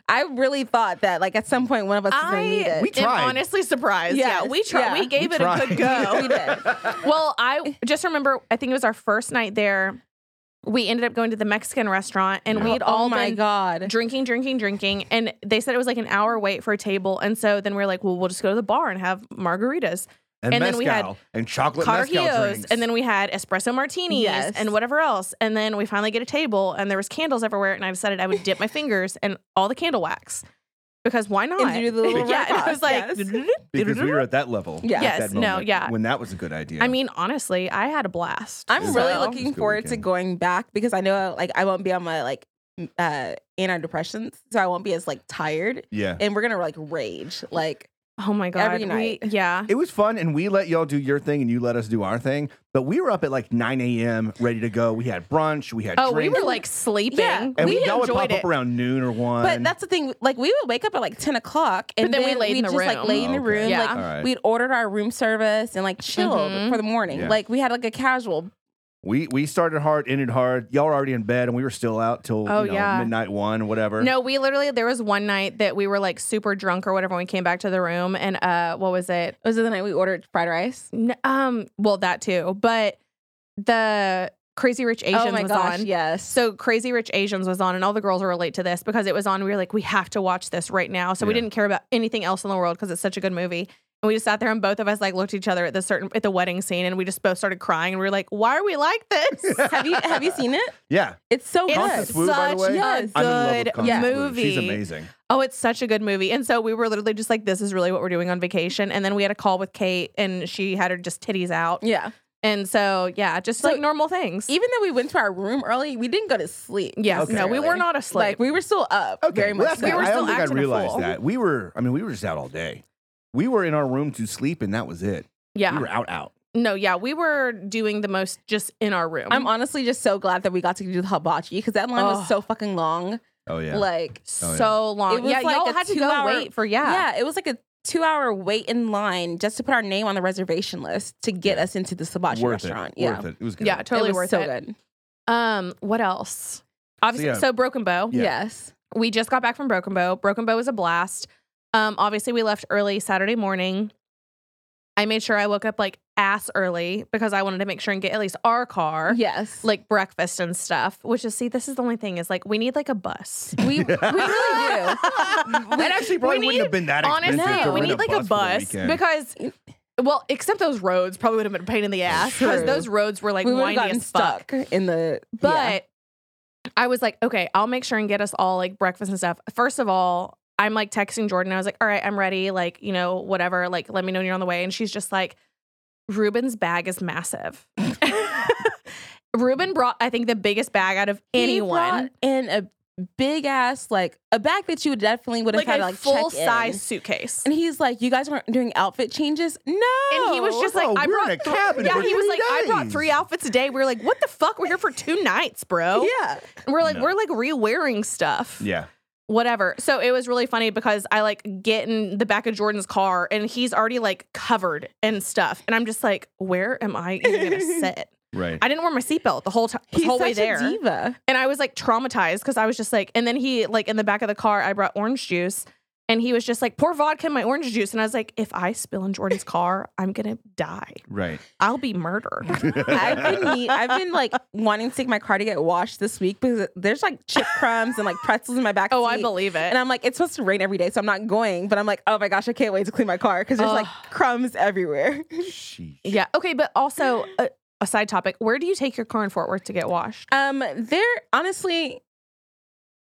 Speaker 3: I really thought that like at some point one of us was gonna need
Speaker 1: I
Speaker 3: it.
Speaker 2: We
Speaker 1: am
Speaker 2: tried.
Speaker 1: honestly surprised.
Speaker 3: Yes,
Speaker 1: yeah, we tried.
Speaker 3: yeah.
Speaker 1: We gave
Speaker 2: *laughs* We
Speaker 1: it a good
Speaker 2: tried.
Speaker 1: go. *laughs*
Speaker 3: we did.
Speaker 1: well, I just remember. I think it was our first night there. We ended up going to the Mexican restaurant, and we'd all
Speaker 3: oh my
Speaker 1: been
Speaker 3: god.
Speaker 1: drinking, drinking, drinking, and they said it was like an hour wait for a table. And so then we were like, well, we'll just go to the bar and have margaritas,
Speaker 2: And,
Speaker 1: And then
Speaker 2: mezcal
Speaker 1: we had
Speaker 2: and chocolate mezcal
Speaker 1: carajillos,
Speaker 2: drinks.
Speaker 1: and then we had espresso martinis
Speaker 3: Yes.
Speaker 1: and whatever else. And then we finally get a table, and there was candles everywhere, and I decided I would dip my fingers in all the candle wax because why not?
Speaker 3: And do the
Speaker 1: *laughs*
Speaker 3: little
Speaker 1: yeah, and
Speaker 3: wrap
Speaker 1: I was
Speaker 3: up,
Speaker 1: like.
Speaker 3: *laughs* yes.
Speaker 2: because we were at that level.
Speaker 3: Yeah.
Speaker 2: at
Speaker 1: Yes,
Speaker 2: that
Speaker 1: no,
Speaker 2: moment
Speaker 1: yeah.
Speaker 2: When that was a good idea.
Speaker 1: I mean, honestly, I had a blast.
Speaker 3: I'm
Speaker 2: Is
Speaker 3: really
Speaker 2: that- It's a
Speaker 3: looking
Speaker 2: good
Speaker 3: forward to
Speaker 2: weekend.
Speaker 3: going back because I know like I won't be on my like m- uh antidepressants, so I won't be as like tired.
Speaker 2: yeah.
Speaker 3: And we're gonna like rage. Like
Speaker 1: Oh my god!
Speaker 3: Every
Speaker 1: we-
Speaker 3: night.
Speaker 1: yeah.
Speaker 2: It was fun, and we let y'all do your thing, and you let us do our thing. But we were up at like 9 a.m. ready to go. We had brunch. We had
Speaker 1: Oh, we
Speaker 2: drinks,
Speaker 1: were like sleeping.
Speaker 3: Yeah,
Speaker 2: and
Speaker 1: we
Speaker 2: y'all would pop
Speaker 1: enjoyed it.
Speaker 2: up around noon or one.
Speaker 3: But that's the thing. Like we would wake up at like ten o'clock, and
Speaker 1: then
Speaker 3: then,
Speaker 1: we laid in
Speaker 3: we'd
Speaker 1: the
Speaker 3: just like
Speaker 1: room.
Speaker 3: lay in the
Speaker 2: Okay.
Speaker 3: room.
Speaker 1: Yeah.
Speaker 3: Like
Speaker 2: All right.
Speaker 3: we'd ordered our room service and like chilled
Speaker 1: Mhm.
Speaker 3: for the morning.
Speaker 2: Yeah.
Speaker 3: Like we had like a casual.
Speaker 2: we we started hard, ended hard. Y'all were already in bed, and we were still out till
Speaker 1: Oh,
Speaker 2: you know,
Speaker 1: yeah.
Speaker 2: midnight one, whatever.
Speaker 1: No, we literally there was one night that we were like super drunk or whatever when we came back to the room and uh what was it?
Speaker 3: Was it the night we ordered fried rice?
Speaker 1: N- um well that too, but the Crazy Rich Asians
Speaker 3: oh my
Speaker 1: was
Speaker 3: gosh!
Speaker 1: on.
Speaker 3: Yes.
Speaker 1: So Crazy Rich Asians was on and all the girls relate to this because it was on we were like we have to watch this right now. So we
Speaker 2: Yeah.
Speaker 1: didn't care about anything else in the world because it's such a good movie. And we just sat there and both of us like looked at each other at the certain at the wedding scene and we just both started crying and we were like why are we like
Speaker 2: *laughs*
Speaker 1: this?
Speaker 3: have you have you seen it?
Speaker 2: yeah,
Speaker 3: *laughs* It's so
Speaker 1: It's
Speaker 2: Constance
Speaker 3: good.
Speaker 2: Wu, by
Speaker 1: such
Speaker 2: the way.
Speaker 1: a
Speaker 3: Yes.
Speaker 2: I'm in love
Speaker 1: good
Speaker 2: with Constance Wu.
Speaker 1: movie.
Speaker 2: She's amazing.
Speaker 1: Oh, it's such a good movie. And so we were literally just like, this is really what we're doing on vacation. And then we had a call with Kate and she had her just titties out.
Speaker 3: Yeah.
Speaker 1: And so, yeah, just
Speaker 3: So-
Speaker 1: like normal things.
Speaker 3: Even though we went to our room early, we didn't go to sleep.
Speaker 1: yes.
Speaker 2: Okay.
Speaker 1: No, we were not asleep.
Speaker 3: Like we were still up.
Speaker 2: Okay,
Speaker 3: Very
Speaker 2: well, that's
Speaker 3: much. so.
Speaker 1: We
Speaker 2: good.
Speaker 1: were
Speaker 2: I
Speaker 1: still
Speaker 2: don't think I
Speaker 1: acting a
Speaker 2: realized
Speaker 1: fool.
Speaker 2: that we were. I mean, we were just out all day. We were in our room to sleep, and that was it.
Speaker 1: yeah.
Speaker 2: We were out, out.
Speaker 1: no, yeah. We were doing the most just in our room.
Speaker 3: I'm honestly just so glad that we got to do the hibachi because that line
Speaker 1: Oh.
Speaker 3: was so fucking long.
Speaker 2: Oh yeah,
Speaker 3: Like
Speaker 1: so
Speaker 2: Oh, yeah.
Speaker 1: long.
Speaker 3: It was
Speaker 1: yeah,
Speaker 3: like
Speaker 1: y'all
Speaker 3: a
Speaker 1: had to go
Speaker 3: two-hour-
Speaker 1: wait for, yeah.
Speaker 3: Yeah. it was like a two hour wait in line just to put our name on the reservation list to get us into the Sabachi
Speaker 2: worth
Speaker 3: restaurant.
Speaker 2: it.
Speaker 3: Yeah.
Speaker 2: Worth it. It was
Speaker 1: Yeah,
Speaker 2: good.
Speaker 1: totally
Speaker 3: it was
Speaker 1: worth
Speaker 3: so
Speaker 1: it.
Speaker 3: good.
Speaker 1: Um, What else? Obviously, so,
Speaker 2: yeah.
Speaker 1: Broken Bow.
Speaker 2: Yeah.
Speaker 3: Yes.
Speaker 1: We just got back from Broken Bow. Broken Bow was a blast. Um, obviously, we left early Saturday morning. I made sure I woke up like ass early because I wanted to make sure and get at least our car.
Speaker 3: Yes.
Speaker 1: like breakfast and stuff. Which is see, this is the only thing is like we need like a bus. *laughs*
Speaker 2: *laughs*
Speaker 3: we we really do.
Speaker 2: that actually probably
Speaker 1: we
Speaker 2: wouldn't
Speaker 1: need-
Speaker 2: have been that
Speaker 1: Honestly,
Speaker 2: expensive. to
Speaker 1: we
Speaker 2: rent
Speaker 1: need like a
Speaker 2: bus
Speaker 1: bus
Speaker 2: for the weekend.
Speaker 1: because well, except those roads probably would have been a pain in the ass because
Speaker 3: True.
Speaker 1: those roads were like
Speaker 3: we would have
Speaker 1: windy
Speaker 3: gotten
Speaker 1: as fuck.
Speaker 3: stuck in the yeah.
Speaker 1: But I was like, okay, I'll make sure and get us all like breakfast and stuff. First of all, I'm like texting Jordan. I was like, all right, I'm ready. Like, you know, whatever. Like, let me know when you're on the way. And she's just like, Ruben's bag is
Speaker 3: *laughs*
Speaker 1: massive. Ruben brought, I think, the biggest bag out of
Speaker 3: He
Speaker 1: anyone.
Speaker 3: brought in a big ass like a bag that you definitely would
Speaker 1: Like
Speaker 3: have had
Speaker 1: a
Speaker 3: to like
Speaker 1: full
Speaker 3: check in.
Speaker 1: size suitcase.
Speaker 3: And he's like, "You guys weren't doing outfit changes." No.
Speaker 1: And he was just
Speaker 2: Bro,
Speaker 1: like, I
Speaker 2: Oh, we're in
Speaker 1: brought
Speaker 2: a
Speaker 1: thr-
Speaker 2: cabin
Speaker 1: Yeah,
Speaker 2: for
Speaker 1: he was
Speaker 2: three
Speaker 1: like, I brought
Speaker 2: days."
Speaker 1: three outfits a day. We were like, what the fuck? We're here for two nights, bro.
Speaker 3: "Yeah."
Speaker 1: And we're like,
Speaker 2: No.
Speaker 1: we're like re wearing stuff.
Speaker 2: yeah,
Speaker 1: whatever. So it was really funny because I like get in the back of Jordan's car and he's already like covered and stuff. And I'm just like, where am I even
Speaker 2: *laughs*
Speaker 1: gonna sit?
Speaker 2: right.
Speaker 1: I didn't wear my seatbelt the whole time, the
Speaker 3: He's
Speaker 1: whole
Speaker 3: such
Speaker 1: way there.
Speaker 3: a diva.
Speaker 1: And I was like traumatized because I was just like, and then he like in the back of the car, I brought orange juice. And he was just like, pour vodka in my orange juice. And I was like, if I spill in Jordan's car, I'm going to die.
Speaker 2: *laughs* right.
Speaker 1: I'll be murdered.
Speaker 3: I've been need, I've been like wanting to take my car to get washed this week because there's like
Speaker 1: *laughs*
Speaker 3: chip crumbs and like pretzels in my back.
Speaker 1: oh, I *laughs*
Speaker 3: seat.
Speaker 1: believe it.
Speaker 3: And I'm like, it's supposed to rain every day, so I'm not going. But I'm like, oh my gosh, I can't wait to clean my car because there's like crumbs everywhere.
Speaker 2: Sheesh.
Speaker 1: yeah. Okay. But also, a, a side topic where do you take your car in Fort Worth to get washed?
Speaker 3: Um, there honestly,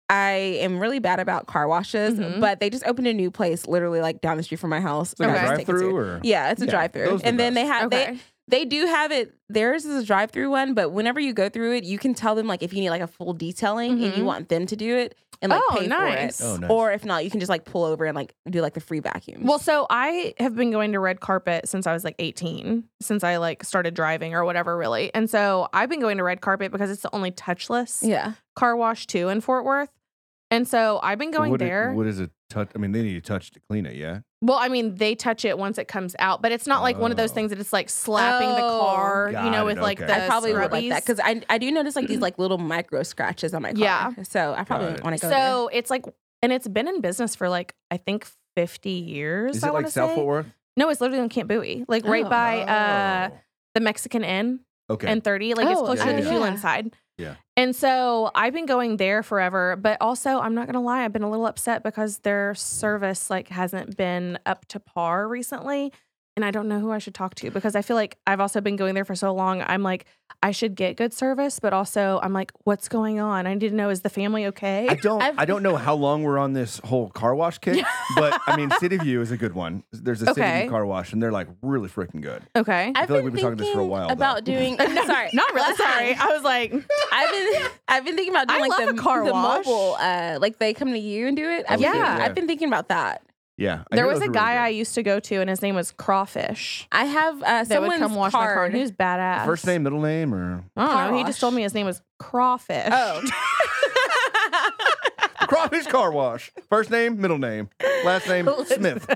Speaker 3: I am really bad about car washes,
Speaker 1: Mhm.
Speaker 3: but they just opened a new place literally like down the street from my house.
Speaker 4: Like
Speaker 1: Okay.
Speaker 4: a
Speaker 3: that I just take it to.
Speaker 4: drive-through or
Speaker 3: Yeah, it's a
Speaker 2: Yeah,
Speaker 3: drive-through,
Speaker 2: those are
Speaker 3: and
Speaker 2: the
Speaker 3: then they
Speaker 2: best.
Speaker 3: have they they do have it. Theirs is a drive-through one, but whenever you go through it, you can tell them like if you need like a full detailing and you
Speaker 1: Mhm.
Speaker 3: want them to do it, and like
Speaker 1: Oh,
Speaker 3: pay
Speaker 1: nice.
Speaker 3: for it.
Speaker 2: Oh, nice.
Speaker 3: Or if not, you can just like pull over and like do like the free vacuum.
Speaker 1: Well, so I have been going to red carpet since I was like 18, since I like started driving or whatever, really. And so I've been going to red carpet because it's the only touchless
Speaker 3: yeah.
Speaker 1: car wash too in Fort Worth. And so I've been going
Speaker 2: what it-
Speaker 1: there.
Speaker 2: what is a touch? I mean, they need a touch to clean it. Yeah.
Speaker 1: well, I mean, they touch it once it comes out, but it's not like one of those
Speaker 2: Oh.
Speaker 1: things that it's like slapping the
Speaker 3: Oh.
Speaker 1: car, you
Speaker 2: Got
Speaker 1: know,
Speaker 2: it,
Speaker 1: with like
Speaker 2: okay.
Speaker 1: the
Speaker 3: I probably would like that
Speaker 1: scrubbies.
Speaker 3: because I I do notice like these like little micro scratches on my car.
Speaker 1: Yeah.
Speaker 3: So I probably
Speaker 2: Got
Speaker 3: wouldn't
Speaker 2: it.
Speaker 3: want to go there.
Speaker 1: So it's like, and it's been in business for like, I think 50 years.
Speaker 2: Is
Speaker 1: I
Speaker 2: it like
Speaker 1: wanna
Speaker 2: South
Speaker 1: say.
Speaker 2: Fort Worth?
Speaker 1: No, it's literally on Camp Bowie, like right
Speaker 3: Oh.
Speaker 1: by uh, the Mexican Inn.
Speaker 2: Oh. Okay.
Speaker 1: and 30. Like it's
Speaker 3: Oh,
Speaker 1: closer
Speaker 2: yeah,
Speaker 1: to the
Speaker 2: yeah.
Speaker 1: Hulan side.
Speaker 2: Yeah.
Speaker 1: And so I've been going there forever, but also I'm not gonna lie, I've been a little upset because their service like hasn't been up to par recently. And I don't know who I should talk to because I feel like I've also been going there for so long. I'm like, I should get good service, but also I'm like, what's going on? I need to know is the family okay?
Speaker 2: I don't.
Speaker 3: I've-
Speaker 2: I don't know how long we're on this whole car wash kick, but I mean, City View is a good one. There's a City
Speaker 1: Okay.
Speaker 2: View car wash, and they're like really freaking good.
Speaker 1: okay.
Speaker 2: I feel like we've been talking this for a while, though.
Speaker 1: *laughs*
Speaker 3: about doing. *laughs* sorry,
Speaker 1: Not really
Speaker 3: last
Speaker 1: sorry.
Speaker 3: time.
Speaker 1: I was *laughs* like,
Speaker 3: I've been *laughs* I've been thinking about doing
Speaker 1: I
Speaker 3: like
Speaker 1: love
Speaker 3: the
Speaker 1: a car
Speaker 3: the
Speaker 1: wash.
Speaker 3: mobile. Uh, like they come to you and do it. I've
Speaker 1: Oh,
Speaker 3: been thinking-
Speaker 1: yeah.
Speaker 3: I've been thinking about that.
Speaker 2: Yeah. I
Speaker 1: there
Speaker 2: hear
Speaker 1: was
Speaker 2: those
Speaker 1: a
Speaker 2: are
Speaker 1: guy I
Speaker 2: really
Speaker 1: used to go to, and his name was Crawfish.
Speaker 3: I have uh,
Speaker 1: That would
Speaker 3: someone's
Speaker 1: come wash my car.
Speaker 3: card.
Speaker 1: and He was badass.
Speaker 2: good. First name, middle name, or *laughs*
Speaker 1: I don't
Speaker 3: Car
Speaker 1: know. He just
Speaker 3: wash.
Speaker 1: told me his name was Crawfish.
Speaker 3: Oh,
Speaker 2: Crawfish Car Wash. First name, middle name, last name Smith.
Speaker 3: *laughs*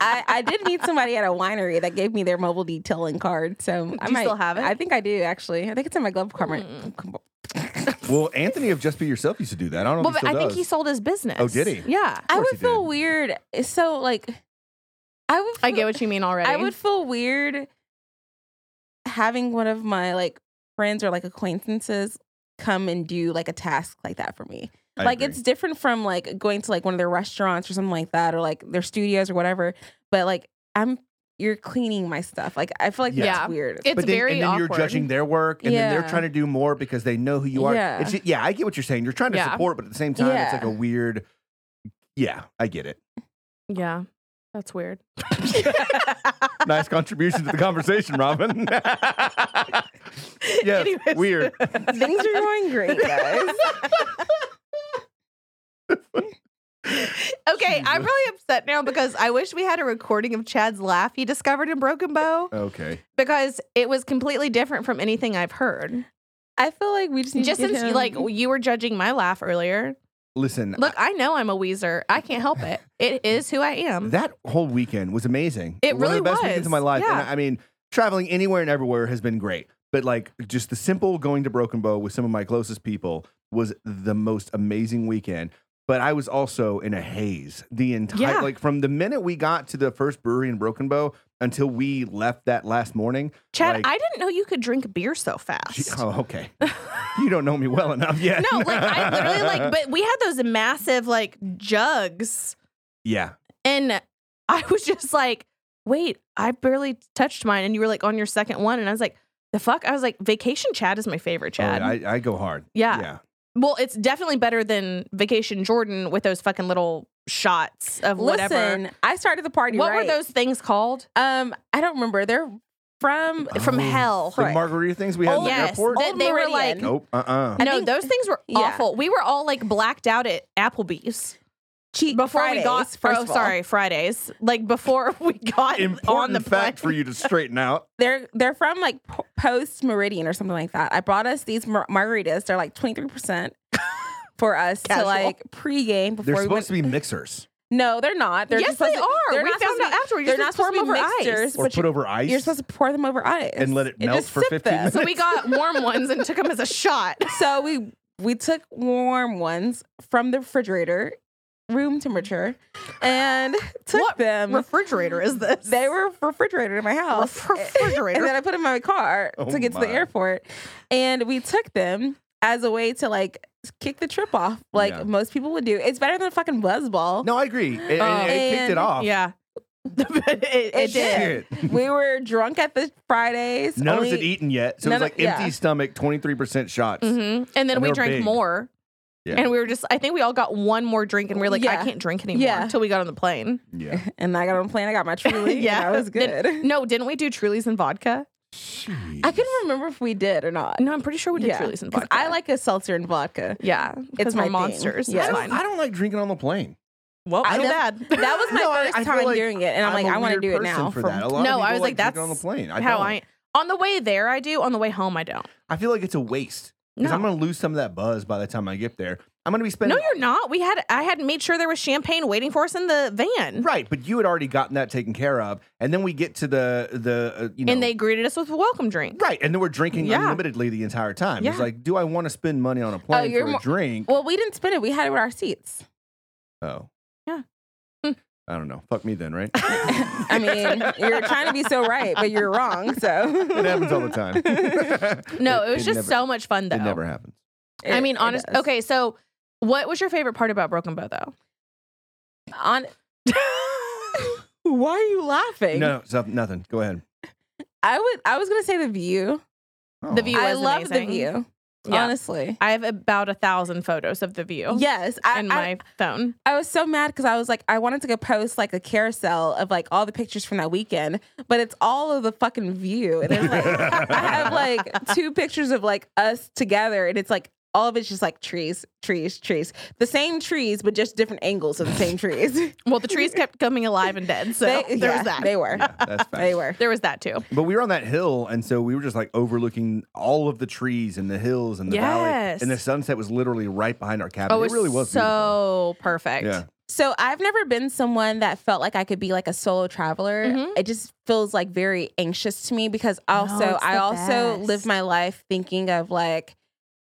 Speaker 3: I, I did meet somebody at a winery that gave me their mobile detailing card. So I
Speaker 1: you
Speaker 3: might,
Speaker 1: still have it? Mm.
Speaker 3: I think I do actually. I think it's in my glove compartment.
Speaker 2: Well, Anthony of Just Be Yourself used to do that. I don't know.
Speaker 1: Well,
Speaker 2: if he
Speaker 1: but
Speaker 2: still
Speaker 1: I think
Speaker 2: does.
Speaker 1: he sold his business.
Speaker 2: Oh, did he?
Speaker 1: Yeah.
Speaker 3: I
Speaker 2: course
Speaker 3: would
Speaker 2: you
Speaker 3: feel
Speaker 2: did.
Speaker 3: weird. So like, I would. Feel,
Speaker 1: I get what you mean already.
Speaker 3: I would feel weird having one of my like friends or like acquaintances come and do like a task like that for me.
Speaker 2: I
Speaker 3: like
Speaker 2: agree.
Speaker 3: it's different from like going to like one of their restaurants or something like that or like their studios or whatever. But like I'm you're cleaning my stuff. Like I feel like
Speaker 1: Yeah.
Speaker 3: that's weird.
Speaker 1: It's
Speaker 2: but then,
Speaker 1: very
Speaker 2: and then
Speaker 1: awkward.
Speaker 2: you're judging their work, and then
Speaker 3: Yeah.
Speaker 2: they're trying to do more because they know who you are.
Speaker 3: Yeah.
Speaker 2: It's ju- yeah, I get what you're saying. You're trying to
Speaker 1: Yeah.
Speaker 2: support, but at the same time, it's
Speaker 3: Yeah.
Speaker 2: like a weird. Yeah, I get it.
Speaker 1: yeah. That's weird.
Speaker 2: Nice contribution to the conversation,
Speaker 1: *laughs*
Speaker 2: Robin. *laughs*
Speaker 1: *laughs*
Speaker 2: yes,
Speaker 1: Anyways. *laughs*
Speaker 2: weird.
Speaker 3: *laughs* Things are going great, guys.
Speaker 1: Okay, I'm really upset now because I wish we had a recording of Chad's laugh he discovered in Broken Bow
Speaker 2: Okay.
Speaker 1: because it was completely different from anything I've heard.
Speaker 3: I feel like we just
Speaker 1: *laughs*
Speaker 3: need
Speaker 1: Just
Speaker 3: to get
Speaker 1: since
Speaker 2: *laughs*
Speaker 3: him-
Speaker 1: like you were judging my laugh earlier.
Speaker 2: Listen,
Speaker 1: Look, I know I'm a Weezer. I can't help it. It is who I am.
Speaker 2: that whole weekend was amazing.
Speaker 1: Mm-hmm. It
Speaker 2: One of
Speaker 1: really
Speaker 2: the best
Speaker 1: was.
Speaker 2: weekends of my life.
Speaker 1: Yeah.
Speaker 2: And I, I mean, traveling anywhere and everywhere has been great. But like, just the simple going to Broken Bow with some of my closest people was the most amazing weekend. But I was also in a haze the entire
Speaker 1: Yeah.
Speaker 2: like from the minute we got to the first brewery in Broken Bow until we left that last morning.
Speaker 1: Chad,
Speaker 2: like-
Speaker 1: I didn't know you could drink beer so fast.
Speaker 2: Gee, oh, okay.
Speaker 1: *laughs*
Speaker 2: you don't know me well enough yet.
Speaker 1: No, like
Speaker 2: *laughs*
Speaker 1: I literally like, but we had those massive like jugs,
Speaker 2: yeah, Oh,
Speaker 1: and I was just like, wait, I barely touched mine, and you were like on your second one, and I was like, the fuck, I was like, vacation Chad is my favorite
Speaker 2: Oh,
Speaker 1: Chad.
Speaker 2: I, I go hard.
Speaker 1: yeah.
Speaker 2: yeah.
Speaker 1: well, it's definitely better than vacation Jordan with those fucking little shots of whatever.
Speaker 3: Listen, I started the party.
Speaker 1: What
Speaker 3: right.
Speaker 1: were those things called?
Speaker 3: Um, I don't remember. They're from
Speaker 1: From
Speaker 2: Oh,
Speaker 1: hell.
Speaker 2: The
Speaker 3: Right.
Speaker 2: margarita things we had in the
Speaker 1: Oh, yes,
Speaker 2: airport.
Speaker 1: they,
Speaker 3: Old
Speaker 1: they were
Speaker 3: Meridian.
Speaker 1: like.
Speaker 3: Nope.
Speaker 2: Nope. Uh. Uh-uh.
Speaker 1: No,
Speaker 3: think-
Speaker 1: those things were
Speaker 3: Yeah.
Speaker 1: awful. We were all like blacked out at Applebee's.
Speaker 3: cheat
Speaker 1: before we got
Speaker 3: Fridays,
Speaker 1: oh
Speaker 3: of all.
Speaker 1: sorry fridays like before *laughs* we got on
Speaker 2: important
Speaker 1: the
Speaker 2: fact
Speaker 1: plane.
Speaker 2: for you to straighten out.
Speaker 3: They're they're from like po- post Meridian or something like that. I brought us these mar- margaritas. They're like twenty
Speaker 1: *laughs*
Speaker 3: three percent for us to
Speaker 1: Casual.
Speaker 3: like pregame before
Speaker 2: They're
Speaker 3: we went.
Speaker 2: supposed to be mixers
Speaker 3: no, they're not. They're
Speaker 1: yes
Speaker 3: just
Speaker 1: they
Speaker 3: supposed
Speaker 1: are
Speaker 3: to- they're
Speaker 1: we
Speaker 3: not
Speaker 1: found
Speaker 3: supposed
Speaker 1: out
Speaker 3: to be-
Speaker 1: afterwards
Speaker 3: They're
Speaker 1: You're
Speaker 3: not
Speaker 1: just pour
Speaker 3: supposed
Speaker 1: them over
Speaker 3: to be
Speaker 1: ice
Speaker 3: mixers.
Speaker 2: or
Speaker 3: But
Speaker 2: put
Speaker 3: you-
Speaker 2: over ice.
Speaker 3: You're supposed to pour them over ice
Speaker 2: And let it
Speaker 3: You
Speaker 2: melt
Speaker 3: just
Speaker 2: for
Speaker 3: sip
Speaker 2: 15
Speaker 3: them.
Speaker 1: so *laughs* we got warm ones and took them as a
Speaker 3: *laughs*
Speaker 1: shot
Speaker 3: So we we took warm ones from the refrigerator, room temperature, and *laughs* took
Speaker 1: What
Speaker 3: them.
Speaker 1: refrigerator is this *laughs*
Speaker 3: they were refrigerated in my house. And then
Speaker 1: refrigerator
Speaker 3: I put them in my car
Speaker 2: Oh
Speaker 3: to get to the
Speaker 2: my.
Speaker 3: airport. And we took them as a way to like kick the trip off, like
Speaker 2: Yeah.
Speaker 3: most people would do. It's better than a fucking buzzball.
Speaker 2: no, I agree. It, it-
Speaker 1: Oh.
Speaker 2: it kicked it
Speaker 3: And-
Speaker 2: off.
Speaker 1: yeah *laughs* it, it
Speaker 3: It
Speaker 1: did
Speaker 3: did. *laughs* We were drunk at the Fridays.
Speaker 2: None of us
Speaker 3: only-
Speaker 2: had eaten yet, so it E?
Speaker 3: None
Speaker 2: was
Speaker 3: of-
Speaker 2: like empty
Speaker 3: yeah.
Speaker 2: stomach, twenty three percent shots.
Speaker 1: Mhm. and then
Speaker 2: And they
Speaker 1: we
Speaker 2: were
Speaker 1: drank
Speaker 2: big.
Speaker 1: more
Speaker 2: Yeah.
Speaker 1: and we were just i think we all got one more drink and we were like
Speaker 3: Yeah.
Speaker 1: i can't drink anymore
Speaker 3: Yeah.
Speaker 1: until we got on the plane
Speaker 2: Yeah, *laughs*
Speaker 3: And I got on a plane. I got my truly. yeah.
Speaker 1: Yeah.
Speaker 3: That was
Speaker 1: Then-
Speaker 3: good.
Speaker 1: no didn't we do trulies and vodka
Speaker 3: *laughs* I couldn't remember if we did or not.
Speaker 1: No, I'm pretty sure we did
Speaker 3: Yeah.
Speaker 1: Trulies and
Speaker 3: 'Cause
Speaker 1: vodka.
Speaker 3: I like a seltzer and vodka.
Speaker 1: Yeah, because
Speaker 3: my
Speaker 1: we're
Speaker 3: thing.
Speaker 1: monsters.
Speaker 3: Yeah.
Speaker 1: Yeah.
Speaker 2: I
Speaker 1: It's fine.
Speaker 2: don't, I don't like drinking on the plane.
Speaker 1: well,
Speaker 3: I
Speaker 1: too
Speaker 3: def-
Speaker 1: bad.
Speaker 3: That was my
Speaker 2: No, I-
Speaker 3: first
Speaker 2: I feel
Speaker 3: time
Speaker 2: like
Speaker 3: doing it, and I'm,
Speaker 2: I'm
Speaker 3: like,
Speaker 2: a
Speaker 3: I want to
Speaker 2: weird
Speaker 3: do it
Speaker 2: person
Speaker 3: now.
Speaker 2: For
Speaker 3: from-
Speaker 2: that. A lot
Speaker 1: No,
Speaker 2: of
Speaker 1: I
Speaker 2: people
Speaker 1: was like,
Speaker 2: drinking
Speaker 1: that's
Speaker 2: on the plane.
Speaker 1: how
Speaker 2: don't.
Speaker 1: I on the way there I do. On the way home I don't.
Speaker 2: I feel like it's a waste because
Speaker 1: No.
Speaker 2: I'm going to lose some of that buzz by the time I get there. I'm going to be
Speaker 1: No,
Speaker 2: spending.
Speaker 1: you're not. We had I had made sure there was champagne waiting for us in the van,
Speaker 2: right, but you had already gotten that taken care of, and then we get to the the uh, you know
Speaker 1: and they greeted us with a welcome drink.
Speaker 2: right, and then we're drinking
Speaker 1: Yeah.
Speaker 2: unlimitedly the entire time.
Speaker 1: Yeah.
Speaker 2: It's
Speaker 1: Oh,
Speaker 2: like, do I want to spend money on a plane
Speaker 3: you're
Speaker 2: for a
Speaker 3: more-
Speaker 2: drink?
Speaker 3: Well, we didn't spin it. We had it with our seats.
Speaker 2: oh,
Speaker 1: Yeah. Hmm.
Speaker 2: *laughs* I don't know. Fuck me
Speaker 1: *laughs*
Speaker 2: then, right? *laughs*
Speaker 3: I mean, you're trying to be so right, but you're wrong. So
Speaker 2: it happens
Speaker 3: *laughs*
Speaker 2: all the
Speaker 1: *laughs*
Speaker 2: time.
Speaker 1: No, it was just
Speaker 2: never-
Speaker 1: so much fun though.
Speaker 2: It never happens.
Speaker 1: I mean, honest.
Speaker 3: honestly,
Speaker 1: Okay, so what was your favorite part about Broken Bow though? *laughs*
Speaker 3: On why are you laughing?
Speaker 2: No, so- nothing. Go ahead.
Speaker 3: I would. I was gonna say the view.
Speaker 2: Oh.
Speaker 1: The view-
Speaker 3: I
Speaker 1: was
Speaker 3: loved the
Speaker 1: amazing.
Speaker 3: view.
Speaker 1: Yeah.
Speaker 3: Honestly,
Speaker 1: I have about a thousand photos of the view.
Speaker 3: yes. I,
Speaker 1: in
Speaker 3: I-
Speaker 1: my phone.
Speaker 3: I was so mad because I was like, I wanted to go post like a carousel of like all the pictures from that weekend, but it's all of the fucking
Speaker 1: *laughs*
Speaker 3: view. And it's like,
Speaker 2: *laughs*
Speaker 3: I have like two pictures of like us together, and it's like all of it's just like trees, trees, trees. The same trees, but just different angles of the same trees.
Speaker 1: Well, the trees kept coming alive and dead, *laughs* so
Speaker 3: They-
Speaker 1: there
Speaker 3: yeah,
Speaker 1: was that.
Speaker 3: They were.
Speaker 2: Yeah,
Speaker 1: *laughs*
Speaker 2: that's fact.
Speaker 3: They were.
Speaker 1: there was that too.
Speaker 2: But we were on that hill, and so we were just like overlooking all of the trees and the hills and the valley,
Speaker 1: Yes.
Speaker 2: and the sunset was literally right behind our cabin.
Speaker 1: Oh,
Speaker 2: it really was
Speaker 1: so perfect.
Speaker 2: Beautiful. Yeah,
Speaker 3: So I've never been someone that felt like I could be like a solo traveler.
Speaker 1: Mhm.
Speaker 3: It just feels like very anxious to me because also
Speaker 1: it's
Speaker 3: I
Speaker 1: the
Speaker 3: also
Speaker 1: best.
Speaker 3: live my life thinking of like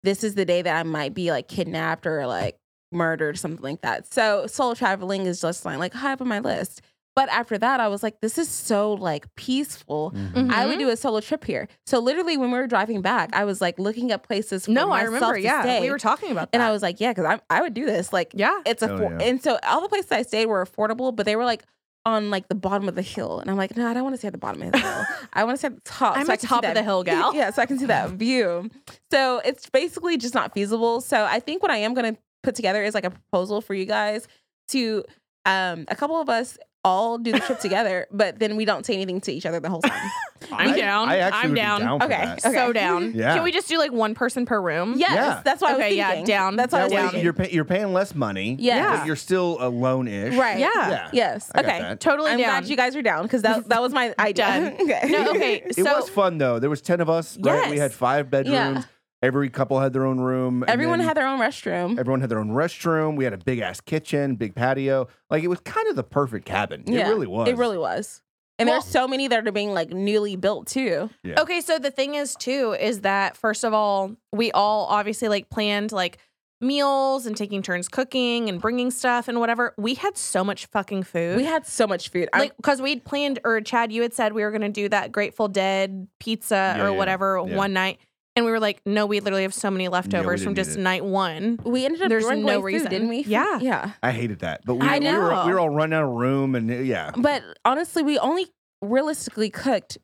Speaker 3: this is the day that I might be like kidnapped or like murdered something like that. So solo traveling is just like like high up on my list. But after that I was like this is so like peaceful.
Speaker 1: Mm-hmm.
Speaker 2: Mhm.
Speaker 3: I would do a solo trip here. So literally when we were driving back I was like looking up places for
Speaker 1: No, I
Speaker 3: myself
Speaker 1: remember.
Speaker 3: to
Speaker 1: Yeah,
Speaker 3: stay.
Speaker 1: we were talking about that.
Speaker 3: and I was like yeah cuz I I would do this like
Speaker 1: yeah.
Speaker 3: it's a
Speaker 2: Oh,
Speaker 3: four-
Speaker 2: yeah.
Speaker 3: and so all the places I stayed were affordable, but they were like on like the bottom of the hill, and I'm like, no, I don't want to stay at the bottom of the hill.
Speaker 2: *laughs*
Speaker 3: I want to stay at the top.
Speaker 1: I'm
Speaker 3: so
Speaker 1: a
Speaker 3: I can see
Speaker 1: top of
Speaker 3: that-
Speaker 1: the hill gal.
Speaker 3: *laughs* yeah, so I can see that view. So it's basically just not feasible. So I think what I am going to put together is like a proposal for you guys to um a couple of us all do
Speaker 1: *laughs*
Speaker 3: the trip together, but then we don't say anything to each other the whole time.
Speaker 1: I'm
Speaker 2: I-
Speaker 1: down.
Speaker 2: I actually
Speaker 1: I'm
Speaker 2: would be
Speaker 1: down.
Speaker 2: for
Speaker 3: Okay.
Speaker 1: *laughs*
Speaker 2: that.
Speaker 3: Okay.
Speaker 1: So down.
Speaker 2: Yeah.
Speaker 1: Can we just do like one person per room?
Speaker 3: Yes,
Speaker 2: Yeah.
Speaker 3: Hmm? that's why
Speaker 1: Okay,
Speaker 3: I was
Speaker 1: yeah,
Speaker 3: thinking.
Speaker 1: down,
Speaker 3: That's why I was
Speaker 2: That way
Speaker 1: down.
Speaker 3: thinking.
Speaker 2: you're pay- you're paying less money.
Speaker 3: Yeah.
Speaker 2: but you're still alone ish.
Speaker 3: Right.
Speaker 1: Yeah.
Speaker 2: Yeah.
Speaker 3: Yes.
Speaker 2: I got
Speaker 3: okay.
Speaker 2: that.
Speaker 1: Totally
Speaker 3: I'm
Speaker 1: down.
Speaker 3: glad you guys are down because that that
Speaker 1: *laughs*
Speaker 3: was my idea.
Speaker 1: Done.
Speaker 3: *laughs* okay.
Speaker 1: *laughs* no, okay.
Speaker 2: It
Speaker 1: So
Speaker 2: was fun though. There was ten of us. Right. We
Speaker 3: Yes.
Speaker 2: had five bedrooms. Every couple had their own room. and
Speaker 3: Everyone
Speaker 2: then
Speaker 3: had their own restroom.
Speaker 2: Everyone had their own restroom. We had a big ass kitchen, big patio. Like it was kind of the perfect cabin. It really was.
Speaker 3: It really was. And
Speaker 1: Well-
Speaker 3: there's so many that are being like newly built too.
Speaker 2: Yeah.
Speaker 1: Okay, so the thing is too is that first of all, we all obviously like planned like meals and taking turns cooking and bringing stuff and whatever. We had so much fucking food.
Speaker 3: We had so much food. I-
Speaker 1: like because we'd planned or Chad, you had said we were gonna do that Grateful Dead pizza
Speaker 2: Yeah,
Speaker 1: or
Speaker 2: yeah,
Speaker 1: whatever
Speaker 2: yeah.
Speaker 1: one night, and we were like, no, we literally have so many leftovers
Speaker 2: didn't
Speaker 1: from
Speaker 2: need
Speaker 1: just
Speaker 2: it.
Speaker 1: night one.
Speaker 3: we ended up
Speaker 1: there's
Speaker 3: throwing
Speaker 1: no
Speaker 3: away food,
Speaker 1: reason.
Speaker 3: didn't we?
Speaker 1: Yeah.
Speaker 3: yeah.
Speaker 2: I hated that. But we,
Speaker 3: I
Speaker 2: we were we
Speaker 3: know.
Speaker 2: were all running out of room and yeah.
Speaker 3: But honestly, we only realistically cooked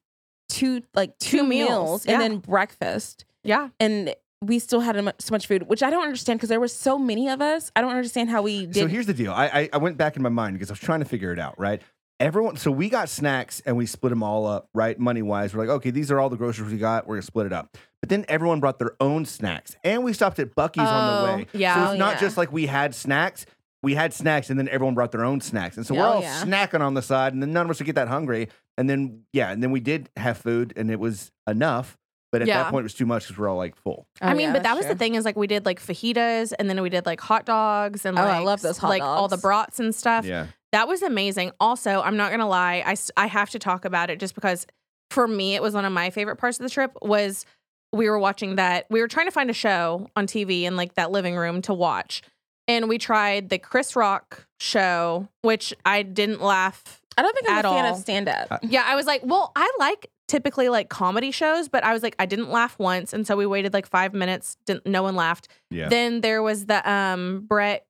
Speaker 3: two like two,
Speaker 1: Two meals,
Speaker 3: meals, and
Speaker 1: yeah.
Speaker 3: then breakfast,
Speaker 1: Yeah,
Speaker 3: and we still had a mu- so much food, which I don't understand because there were so many of us. I don't understand how we did.
Speaker 2: So here's the deal. I, I I went back in my mind because I was trying to figure it out, right? Everyone, so we got snacks and we split them all up, right? Money wise, we're like, okay, these are all the groceries we got. We're gonna split it up. But then everyone brought their own snacks, and we stopped at Bucky's on the
Speaker 1: Oh,
Speaker 2: way.
Speaker 1: yeah.
Speaker 2: so it's
Speaker 3: Oh,
Speaker 2: not
Speaker 3: yeah.
Speaker 2: just like we had snacks. We had snacks, and then everyone brought their own snacks, and so we're
Speaker 3: Oh,
Speaker 2: all
Speaker 3: yeah.
Speaker 2: snacking on the side, and then none of us would get that hungry. And then yeah, and then we did have food, and it was enough. But at
Speaker 1: Yeah.
Speaker 2: that point, it was too much because we're all like full.
Speaker 3: Oh,
Speaker 1: I mean, but that was the thing is like we did like fajitas and then we did like hot dogs and
Speaker 3: Oh,
Speaker 1: like,
Speaker 3: I love those hot
Speaker 1: like all the
Speaker 3: dogs.
Speaker 1: brats and stuff.
Speaker 2: Yeah,
Speaker 1: That was amazing. Also, I'm not gonna lie, I s- I have to talk about it just because for me it was one of my favorite parts of the trip was we were watching that we were trying to find a show on TV in like that living room to watch. And we tried the Chris Rock show, which I didn't laugh
Speaker 3: I don't think I'm
Speaker 1: at
Speaker 3: a fan
Speaker 1: all.
Speaker 3: of stand
Speaker 2: Uh,
Speaker 3: up.
Speaker 1: yeah, I was like, well, I like typically like comedy shows, but I was like, I didn't laugh once, and so we waited like five minutes. Didn't no one laughed.
Speaker 2: Yeah.
Speaker 1: Then there was the um Brett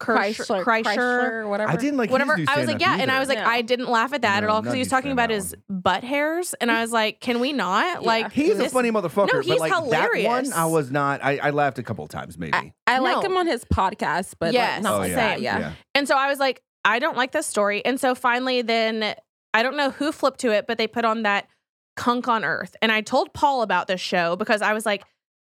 Speaker 1: Kirsch- Kreischer.
Speaker 3: whatever.
Speaker 2: I didn't like his
Speaker 1: Whatever
Speaker 2: new
Speaker 1: I was
Speaker 2: stand-up
Speaker 1: like, yeah, and I
Speaker 2: either.
Speaker 1: was like,
Speaker 3: No.
Speaker 1: I didn't laugh at that
Speaker 2: No,
Speaker 1: at all because
Speaker 2: not a
Speaker 1: he was
Speaker 2: huge
Speaker 1: talking
Speaker 2: fan of
Speaker 1: about
Speaker 2: that
Speaker 1: his butt hairs, and I was like, can we not?
Speaker 3: Yeah.
Speaker 1: Like
Speaker 2: He's a
Speaker 1: this-
Speaker 2: funny motherfucker.
Speaker 1: No,
Speaker 2: but
Speaker 1: he's
Speaker 2: like
Speaker 1: hilarious.
Speaker 2: that one, I was not. I, I laughed a couple of times, maybe.
Speaker 3: I, I like
Speaker 1: No.
Speaker 3: him on his podcast, but
Speaker 1: Yes.
Speaker 3: like, not
Speaker 1: Oh,
Speaker 3: like
Speaker 1: yeah.
Speaker 3: that.
Speaker 1: Same.
Speaker 3: Yeah.
Speaker 1: And so I was like, I don't like this story. And so finally, then I don't know who flipped to it, but they put on that Kunk on Earth. And I told Paul about this show because I was like,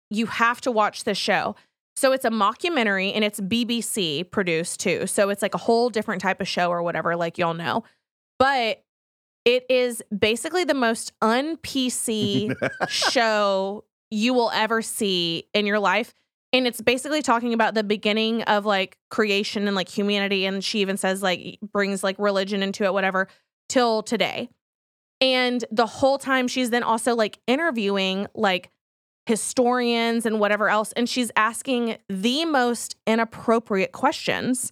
Speaker 1: you have to watch this show. So it's a mockumentary and it's BBC produced too. So it's like a whole different type of show or whatever, like y'all know. But it is basically the most un
Speaker 2: *laughs*
Speaker 1: PC show you will ever see in your life. And it's basically talking about the beginning of like creation and like humanity. And she even says, like, brings like religion into it, whatever, till today. And the whole time she's then also like interviewing like historians and whatever else. And she's asking the most inappropriate questions.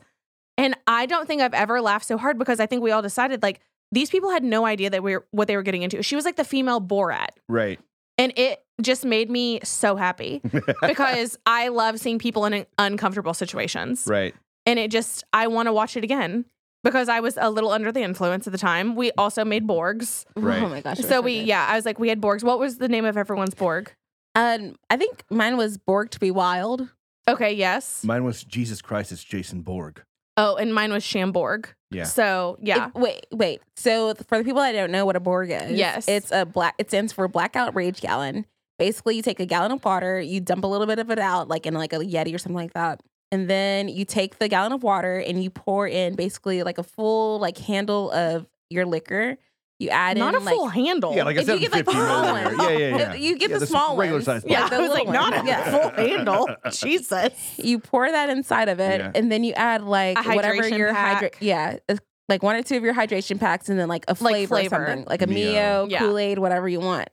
Speaker 1: And I don't think I've ever laughed so hard because I think we all decided like these people had no idea that we were what they were getting into. She was like the female Borat.
Speaker 2: Right.
Speaker 1: And it just made me so
Speaker 2: *laughs*
Speaker 1: happy because I love seeing people in uncomfortable situations.
Speaker 2: Right.
Speaker 1: And it just, I want to watch it again because I was a little under the influence at the time. We also made Borgs.
Speaker 2: Right.
Speaker 3: Oh my gosh. it was
Speaker 1: So we,
Speaker 3: good.
Speaker 1: yeah, I was like, we had Borgs. What was the name of everyone's Borg?
Speaker 3: Um, I think mine was Borg to be wild.
Speaker 1: Okay, yes.
Speaker 2: Mine was Jesus Christ. It's Jason Borg.
Speaker 1: Oh, and mine was Shamborg.
Speaker 2: Yeah.
Speaker 1: So, yeah.
Speaker 3: It- wait, wait. So th- for the people that don't know what a Borg is,
Speaker 1: Yes.
Speaker 3: it's a black. It stands for blackout rage gallon. Basically, you take a gallon of water, you dump a little bit of it out, like in like a Yeti or something like that, and then you take the gallon of water and you pour in basically like a full like handle of your liquor. You add
Speaker 1: Not a
Speaker 3: in like,
Speaker 1: full handle.
Speaker 2: Yeah, like a *laughs*
Speaker 3: If you get, like,
Speaker 2: 750
Speaker 3: the small
Speaker 2: milliliter.
Speaker 3: ones.
Speaker 2: Yeah, yeah, yeah.
Speaker 3: You get
Speaker 2: Yeah,
Speaker 3: the
Speaker 2: s-
Speaker 3: small
Speaker 2: regular
Speaker 3: ones.
Speaker 2: size.
Speaker 1: *laughs* yeah,
Speaker 3: like the
Speaker 1: I was like,
Speaker 3: little
Speaker 1: not
Speaker 3: ones.
Speaker 1: a
Speaker 3: Yeah.
Speaker 1: full
Speaker 2: *laughs*
Speaker 1: handle. Jesus.
Speaker 3: you pour that inside of it
Speaker 2: Yeah.
Speaker 3: and then you add like
Speaker 1: A
Speaker 3: whatever
Speaker 1: hydration
Speaker 3: your
Speaker 1: pack.
Speaker 3: hydrate yeah it's like one or two of your hydration packs and then like a flavor,
Speaker 1: Like
Speaker 3: or
Speaker 1: flavor.
Speaker 3: something like a
Speaker 2: Mio.
Speaker 3: mio,
Speaker 1: Yeah.
Speaker 3: kool-aid whatever you want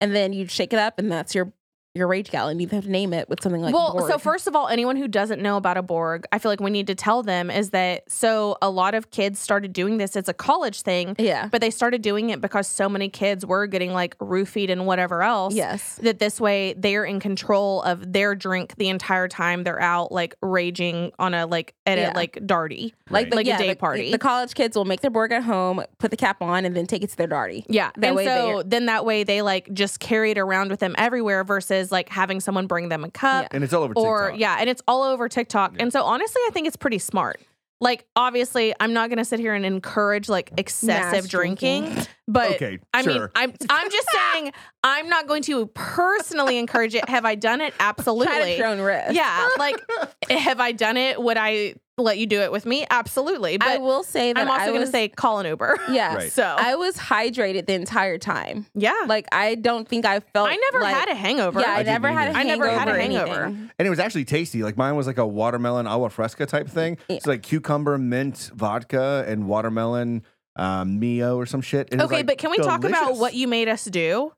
Speaker 3: and then you shake it up and that's your your rage gallon you have to name it with something like
Speaker 1: well, so
Speaker 3: Borg.
Speaker 1: first of all, anyone who doesn't know about a Borg, I feel like we need to tell them is that so a lot of kids started doing this. It's a college thing,
Speaker 3: yeah
Speaker 1: but they started doing it because so many kids were getting like roofied and whatever else.
Speaker 3: yes
Speaker 1: That this way they're in control of their drink the entire time they're out, like raging on a like at
Speaker 3: Yeah.
Speaker 1: a like darty.
Speaker 3: like, the,
Speaker 1: Like a
Speaker 3: yeah,
Speaker 1: day
Speaker 3: the-
Speaker 1: party.
Speaker 3: the college kids will make their borg at home put the cap on and then take it to their darty
Speaker 1: Yeah.
Speaker 3: That
Speaker 1: and
Speaker 3: way
Speaker 1: so then that way they like just carry it around with them everywhere versus like having someone bring them a cup
Speaker 2: and it's all over
Speaker 1: or
Speaker 2: TikTok.
Speaker 1: yeah, and it's all over TikTok. And so honestly, I think it's pretty smart. Like obviously, I'm not going to sit here and encourage like excessive
Speaker 3: Mass
Speaker 1: drinking,
Speaker 3: drinking.
Speaker 1: but
Speaker 2: Okay,
Speaker 1: I mean,
Speaker 2: sure.
Speaker 1: I'm I'm
Speaker 3: *laughs*
Speaker 1: just saying I'm not going to personally encourage it. Have I done it?
Speaker 3: Try it at
Speaker 1: Absolutely.
Speaker 3: your own risk
Speaker 1: Yeah,
Speaker 3: *laughs*
Speaker 1: like have I done it? Would I let you do it with me? Absolutely.
Speaker 3: i
Speaker 1: But
Speaker 3: will say that
Speaker 1: I'm also
Speaker 3: I
Speaker 1: going to
Speaker 3: was-
Speaker 1: say call an Uber.
Speaker 3: yeah
Speaker 2: Right.
Speaker 1: So,
Speaker 3: i was hydrated the entire time
Speaker 1: yeah.
Speaker 3: like i don't think i felt
Speaker 1: I never
Speaker 3: like,
Speaker 1: had a hangover.
Speaker 3: Yeah, I,
Speaker 2: I didn't
Speaker 3: never had a
Speaker 2: either.
Speaker 1: I
Speaker 3: hangover.
Speaker 1: never had a
Speaker 3: or
Speaker 1: hangover.
Speaker 3: *laughs* anything.
Speaker 2: And it was actually tasty. Like mine was like a watermelon agua fresca type thing. It's like cucumber, mint, vodka, and watermelon um, mio or some shit. And it was,
Speaker 1: Okay,
Speaker 2: like,
Speaker 1: but can we talk about
Speaker 2: delicious.
Speaker 1: what you made us do?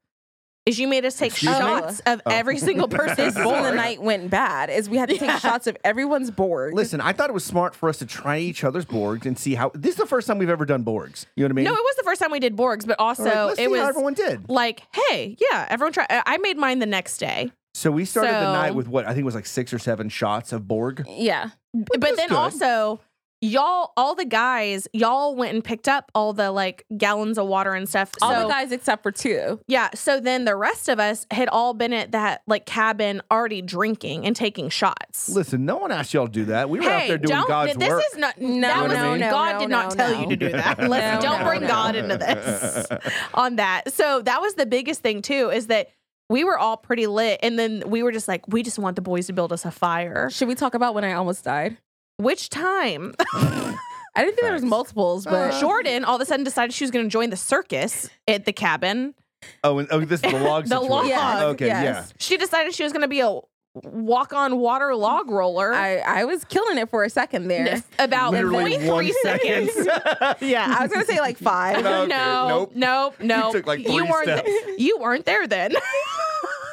Speaker 1: Is you made us take
Speaker 2: Excuse
Speaker 3: me?
Speaker 1: shots of
Speaker 2: Oh.
Speaker 1: every
Speaker 2: *laughs*
Speaker 1: single person's
Speaker 3: This is when the
Speaker 1: board.
Speaker 3: night went bad. Is we had to take shots of everyone's board.
Speaker 2: Listen, I thought it was smart for us to try each other's Borgs and see how. This is the first time we've ever done Borgs. You know what I mean?
Speaker 1: No, it was the first time we did Borgs, but also
Speaker 2: We're like, Let's
Speaker 1: it
Speaker 2: see
Speaker 1: was
Speaker 2: how everyone did.
Speaker 1: like, hey, yeah, everyone try. I I made mine the next day,
Speaker 2: So we started the
Speaker 1: So-
Speaker 2: night with what I think was like six or seven shots of Borg.
Speaker 3: yeah,
Speaker 1: but then
Speaker 2: good.
Speaker 1: also y'all, all the guys, y'all went and picked up all the like gallons of water and stuff.
Speaker 3: all
Speaker 1: so
Speaker 3: the guys except for two.
Speaker 1: yeah, so then the rest of us had all been at that like cabin already drinking and taking shots.
Speaker 2: Listen, no one asked y'all to do that. We were out
Speaker 1: Hey,
Speaker 2: there doing
Speaker 1: don't.
Speaker 2: God's
Speaker 1: this
Speaker 2: work.
Speaker 1: is not.
Speaker 3: No,
Speaker 1: that
Speaker 2: You know
Speaker 1: was
Speaker 2: what I mean?
Speaker 3: no,
Speaker 1: God
Speaker 3: no,
Speaker 1: did not
Speaker 3: no,
Speaker 1: tell
Speaker 3: no.
Speaker 1: you to do that. Let's
Speaker 3: No,
Speaker 1: don't
Speaker 3: no,
Speaker 1: bring
Speaker 3: no.
Speaker 1: God into
Speaker 2: *laughs*
Speaker 1: this. On that, so that was the biggest thing too. Is that we were all pretty lit, and then we were just like, we just want the boys to build us a fire.
Speaker 3: Should we talk about when I almost died?
Speaker 1: Which time *laughs*
Speaker 3: I didn't think there was
Speaker 2: Facts.
Speaker 3: multiples,
Speaker 2: Uh,
Speaker 3: but
Speaker 1: Jordan all of a sudden decided she was going to join the circus at the cabin.
Speaker 2: oh, and, oh, this is the log.
Speaker 1: *laughs* The
Speaker 2: situation.
Speaker 1: log.
Speaker 2: Okay,
Speaker 3: Yes.
Speaker 1: She decided she was going to be a walk on water log roller.
Speaker 3: I I was killing it for a second there.
Speaker 2: yeah.
Speaker 1: about
Speaker 2: Literally
Speaker 1: 43
Speaker 2: one second.
Speaker 1: seconds. yeah.
Speaker 3: *laughs* I was gonna say like five.
Speaker 2: No. *laughs* Okay,
Speaker 1: no,
Speaker 2: nope.
Speaker 1: nope, no.
Speaker 2: took, like,
Speaker 1: you
Speaker 2: three
Speaker 1: weren't.
Speaker 2: steps.
Speaker 1: th- you weren't there then.
Speaker 3: *laughs*
Speaker 1: *laughs*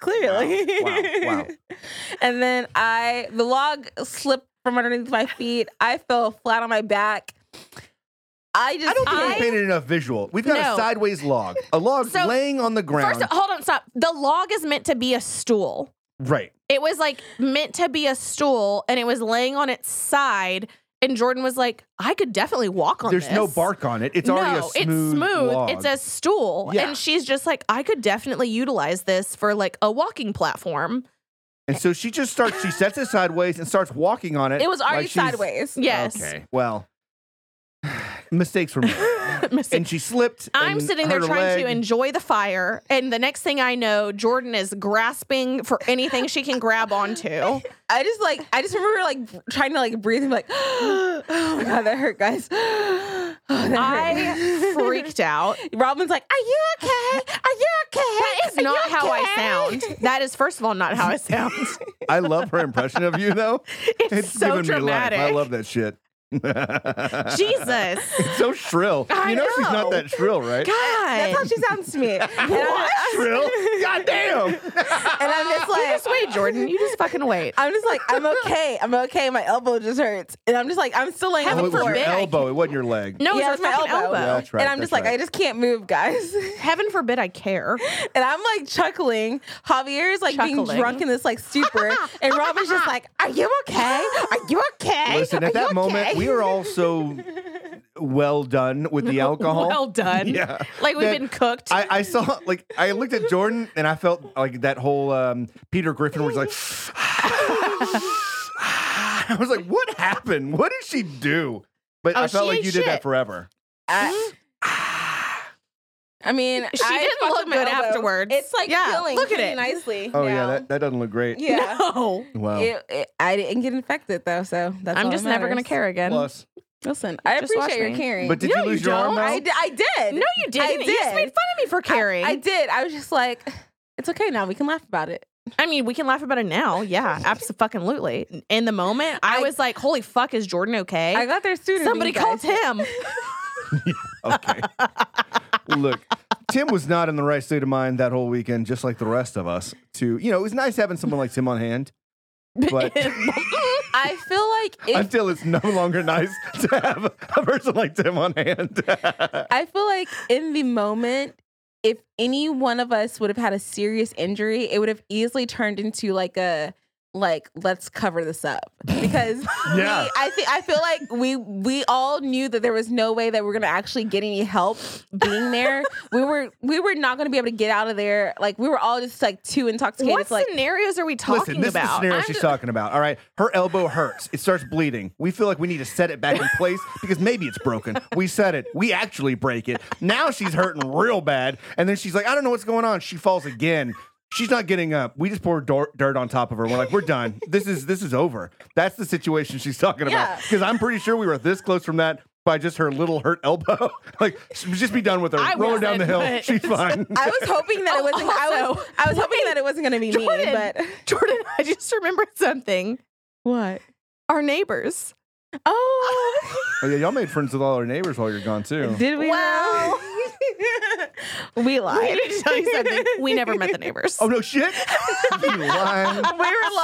Speaker 3: clearly.
Speaker 2: Wow, wow, wow.
Speaker 3: *laughs* and then I the log slipped from underneath my feet. I fell flat on my back. I just
Speaker 2: I don't think we
Speaker 1: I-
Speaker 2: painted enough visual. We've got
Speaker 1: No.
Speaker 2: a sideways log, a log
Speaker 1: So,
Speaker 2: laying on the ground.
Speaker 1: First, of- hold on, stop. The log is meant to be a stool.
Speaker 2: right.
Speaker 1: It was like meant to be a stool, and it was laying on its side. And Jordan was like, "I could definitely walk on
Speaker 2: There's
Speaker 1: this."
Speaker 2: no bark on it. It's
Speaker 1: no,
Speaker 2: already a
Speaker 1: it's
Speaker 2: smooth.
Speaker 1: smooth.
Speaker 2: log.
Speaker 1: It's a stool,
Speaker 2: Yeah.
Speaker 1: and she's just like, "I could definitely utilize this for like a walking platform."
Speaker 2: and so she just starts. She sets it sideways and starts walking on it.
Speaker 3: it was already
Speaker 2: like she's-
Speaker 3: sideways.
Speaker 1: Yes,
Speaker 2: Okay. Well, *sighs* mistakes were made.
Speaker 1: *laughs* didn't *laughs* miss it.
Speaker 2: and she slipped.
Speaker 1: I'm
Speaker 2: and
Speaker 1: sitting there
Speaker 2: hurt her
Speaker 1: trying to
Speaker 2: leg.
Speaker 1: enjoy *laughs* the fire, and the next thing I know, Jordan is grasping for anything she can grab
Speaker 2: *laughs*
Speaker 1: onto.
Speaker 3: I just like I just remember like trying to like breathe and be like, *gasps* oh my god, that hurt, guys. *gasps* Oh, that
Speaker 1: I
Speaker 3: hurt.
Speaker 1: freaked out.
Speaker 3: Robin's like, are you okay? Are you okay?
Speaker 1: That is
Speaker 3: Are you
Speaker 1: not how
Speaker 3: okay?"
Speaker 1: I sound. That is, first of all, not how
Speaker 2: *laughs*
Speaker 1: I sound.
Speaker 2: I love her impression of
Speaker 1: *laughs*
Speaker 2: you though.
Speaker 1: It's, so
Speaker 2: given me life.
Speaker 1: dramatic.
Speaker 2: I love that shit.
Speaker 1: Jesus.
Speaker 2: *laughs* It's so shrill.
Speaker 1: *laughs* I
Speaker 2: you know, she's
Speaker 1: know.
Speaker 2: not that shrill, right?
Speaker 3: That's how
Speaker 1: God.
Speaker 3: she sounds to me. And
Speaker 1: *laughs*
Speaker 3: I'm,
Speaker 2: What? shrill? God damn.
Speaker 3: *laughs* and I'm just like,
Speaker 1: Just wait, Jordan. You just fucking wait.
Speaker 3: I'm just like, I'm okay. I'm okay. My elbow just hurts. And I'm just like, I'm still laying on
Speaker 2: Oh,
Speaker 1: Heaven
Speaker 3: the
Speaker 2: it was
Speaker 3: floor.
Speaker 2: your
Speaker 1: forbid.
Speaker 2: elbow. It wasn't your leg.
Speaker 1: No,
Speaker 3: Yeah,
Speaker 1: it's
Speaker 3: it's
Speaker 1: your
Speaker 3: my
Speaker 1: fucking elbow.
Speaker 3: elbow.
Speaker 2: Yeah, that's right.
Speaker 3: and I'm just
Speaker 2: that's
Speaker 3: like, I
Speaker 2: right.
Speaker 3: just can't move, guys. *laughs*
Speaker 1: Heaven forbid I care.
Speaker 3: And I'm like chuckling. Javier is like being
Speaker 1: Chuckling.
Speaker 3: drunk in this like stupor. and
Speaker 1: *laughs*
Speaker 3: Robin's just like, Are you okay? Are you okay?
Speaker 2: Listen,
Speaker 3: Are
Speaker 2: at that
Speaker 3: you
Speaker 2: moment,
Speaker 3: okay?"
Speaker 2: we were
Speaker 1: *laughs*
Speaker 2: all so well done with the alcohol.
Speaker 1: Well done.
Speaker 2: Yeah.
Speaker 1: Like we've
Speaker 2: That-
Speaker 1: been cooked.
Speaker 2: *laughs* I, I saw like I looked at Jordan and I felt like that whole um, Peter Griffin was like *laughs* I was like, what happened? What did she do? But
Speaker 1: Oh,
Speaker 2: I felt
Speaker 1: she
Speaker 2: like
Speaker 1: ate
Speaker 2: you did
Speaker 1: shit.
Speaker 2: that forever.
Speaker 3: I, ah, I mean,
Speaker 1: Mm-hmm. *laughs* She
Speaker 3: I
Speaker 1: didn't
Speaker 3: fucked
Speaker 1: look
Speaker 3: up my
Speaker 1: good
Speaker 3: elbow.
Speaker 1: afterwards.
Speaker 3: It's like
Speaker 1: Yeah,
Speaker 3: healing
Speaker 1: look at
Speaker 3: pretty
Speaker 1: it.
Speaker 3: nicely.
Speaker 2: Oh yeah,
Speaker 3: now.
Speaker 2: that, that doesn't look great.
Speaker 3: yeah.
Speaker 1: No.
Speaker 2: Wow.
Speaker 3: It- it- I didn't get infected though, so that's all
Speaker 1: I'm
Speaker 3: that
Speaker 1: just never going to
Speaker 3: matters.
Speaker 1: care again.
Speaker 2: Plus.
Speaker 3: Listen, I
Speaker 1: Just watch
Speaker 3: appreciate your
Speaker 1: me.
Speaker 3: caring.
Speaker 2: But did
Speaker 1: No,
Speaker 2: you
Speaker 1: you
Speaker 2: lose your arm
Speaker 1: don't.
Speaker 2: out?
Speaker 3: I, d- I did.
Speaker 1: No, you didn't. You just
Speaker 3: did.
Speaker 1: made fun of me for caring.
Speaker 3: I did. I was just like, it's okay now. We can laugh about it.
Speaker 1: I mean, we can laugh about it now. Yeah, absolutely. In the moment, I,
Speaker 3: I-
Speaker 1: was like, "Holy fuck, is Jordan okay?"
Speaker 3: I got there sooner.
Speaker 1: Somebody
Speaker 3: than you
Speaker 1: called
Speaker 3: guys.
Speaker 1: him. *laughs*
Speaker 2: okay. Look, Tim was not in the right state of mind that whole weekend, just like the rest of us. To you know, it was nice having someone like Tim on hand,
Speaker 1: *laughs*
Speaker 2: but
Speaker 3: I feel like if
Speaker 2: until it's no longer nice to have a person like Tim on hand. *laughs*
Speaker 3: I feel like in the moment, if any one of us would have had a serious injury, it would have easily turned into like a like let's cover this up
Speaker 2: *laughs*
Speaker 3: because
Speaker 2: Yeah.
Speaker 3: we, I think I feel like we we all knew that there was no way that we are gonna actually get any help being there. we were we were not gonna be able to get out of there. Like we were all just like too intoxicated.
Speaker 1: what
Speaker 3: to, like
Speaker 1: scenarios are we talking
Speaker 2: Listen, this is the
Speaker 1: about?
Speaker 2: scenario
Speaker 1: I'm
Speaker 2: she's
Speaker 1: just-
Speaker 2: talking about. All right, her elbow hurts. It starts bleeding. We feel like we need to set it back in place because maybe it's broken. We set it. We actually break it. Now she's hurting real bad, and then she's like, "I don't know what's going on." She falls again. She's not getting up. We just pour dor- dirt on top of her. We're like, "We're done. This is this is over." That's the situation she's talking about.
Speaker 3: Yeah.
Speaker 2: Because I'm pretty sure we were this close from that by just her little hurt elbow. *laughs* like, just be done with her.
Speaker 1: I
Speaker 2: Roll her down the
Speaker 1: wasn't,
Speaker 2: hill.
Speaker 1: but- *laughs*
Speaker 2: She's fine.
Speaker 3: I was hoping that it wasn't. I was.
Speaker 1: Also,
Speaker 3: I was hoping that it wasn't going to be me.
Speaker 1: Jordan,
Speaker 3: But
Speaker 1: *laughs* Jordan, I just remembered something.
Speaker 3: what?
Speaker 1: Our neighbors.
Speaker 3: Oh,
Speaker 2: oh yeah, y'all made friends with all our neighbors while you're gone too.
Speaker 3: did we?
Speaker 1: Well. *laughs*
Speaker 3: know? we
Speaker 1: I
Speaker 3: lied.
Speaker 1: need to tell you something. We never met the neighbors. *laughs*
Speaker 2: *laughs* Oh no, shit! you lying.
Speaker 3: We were lying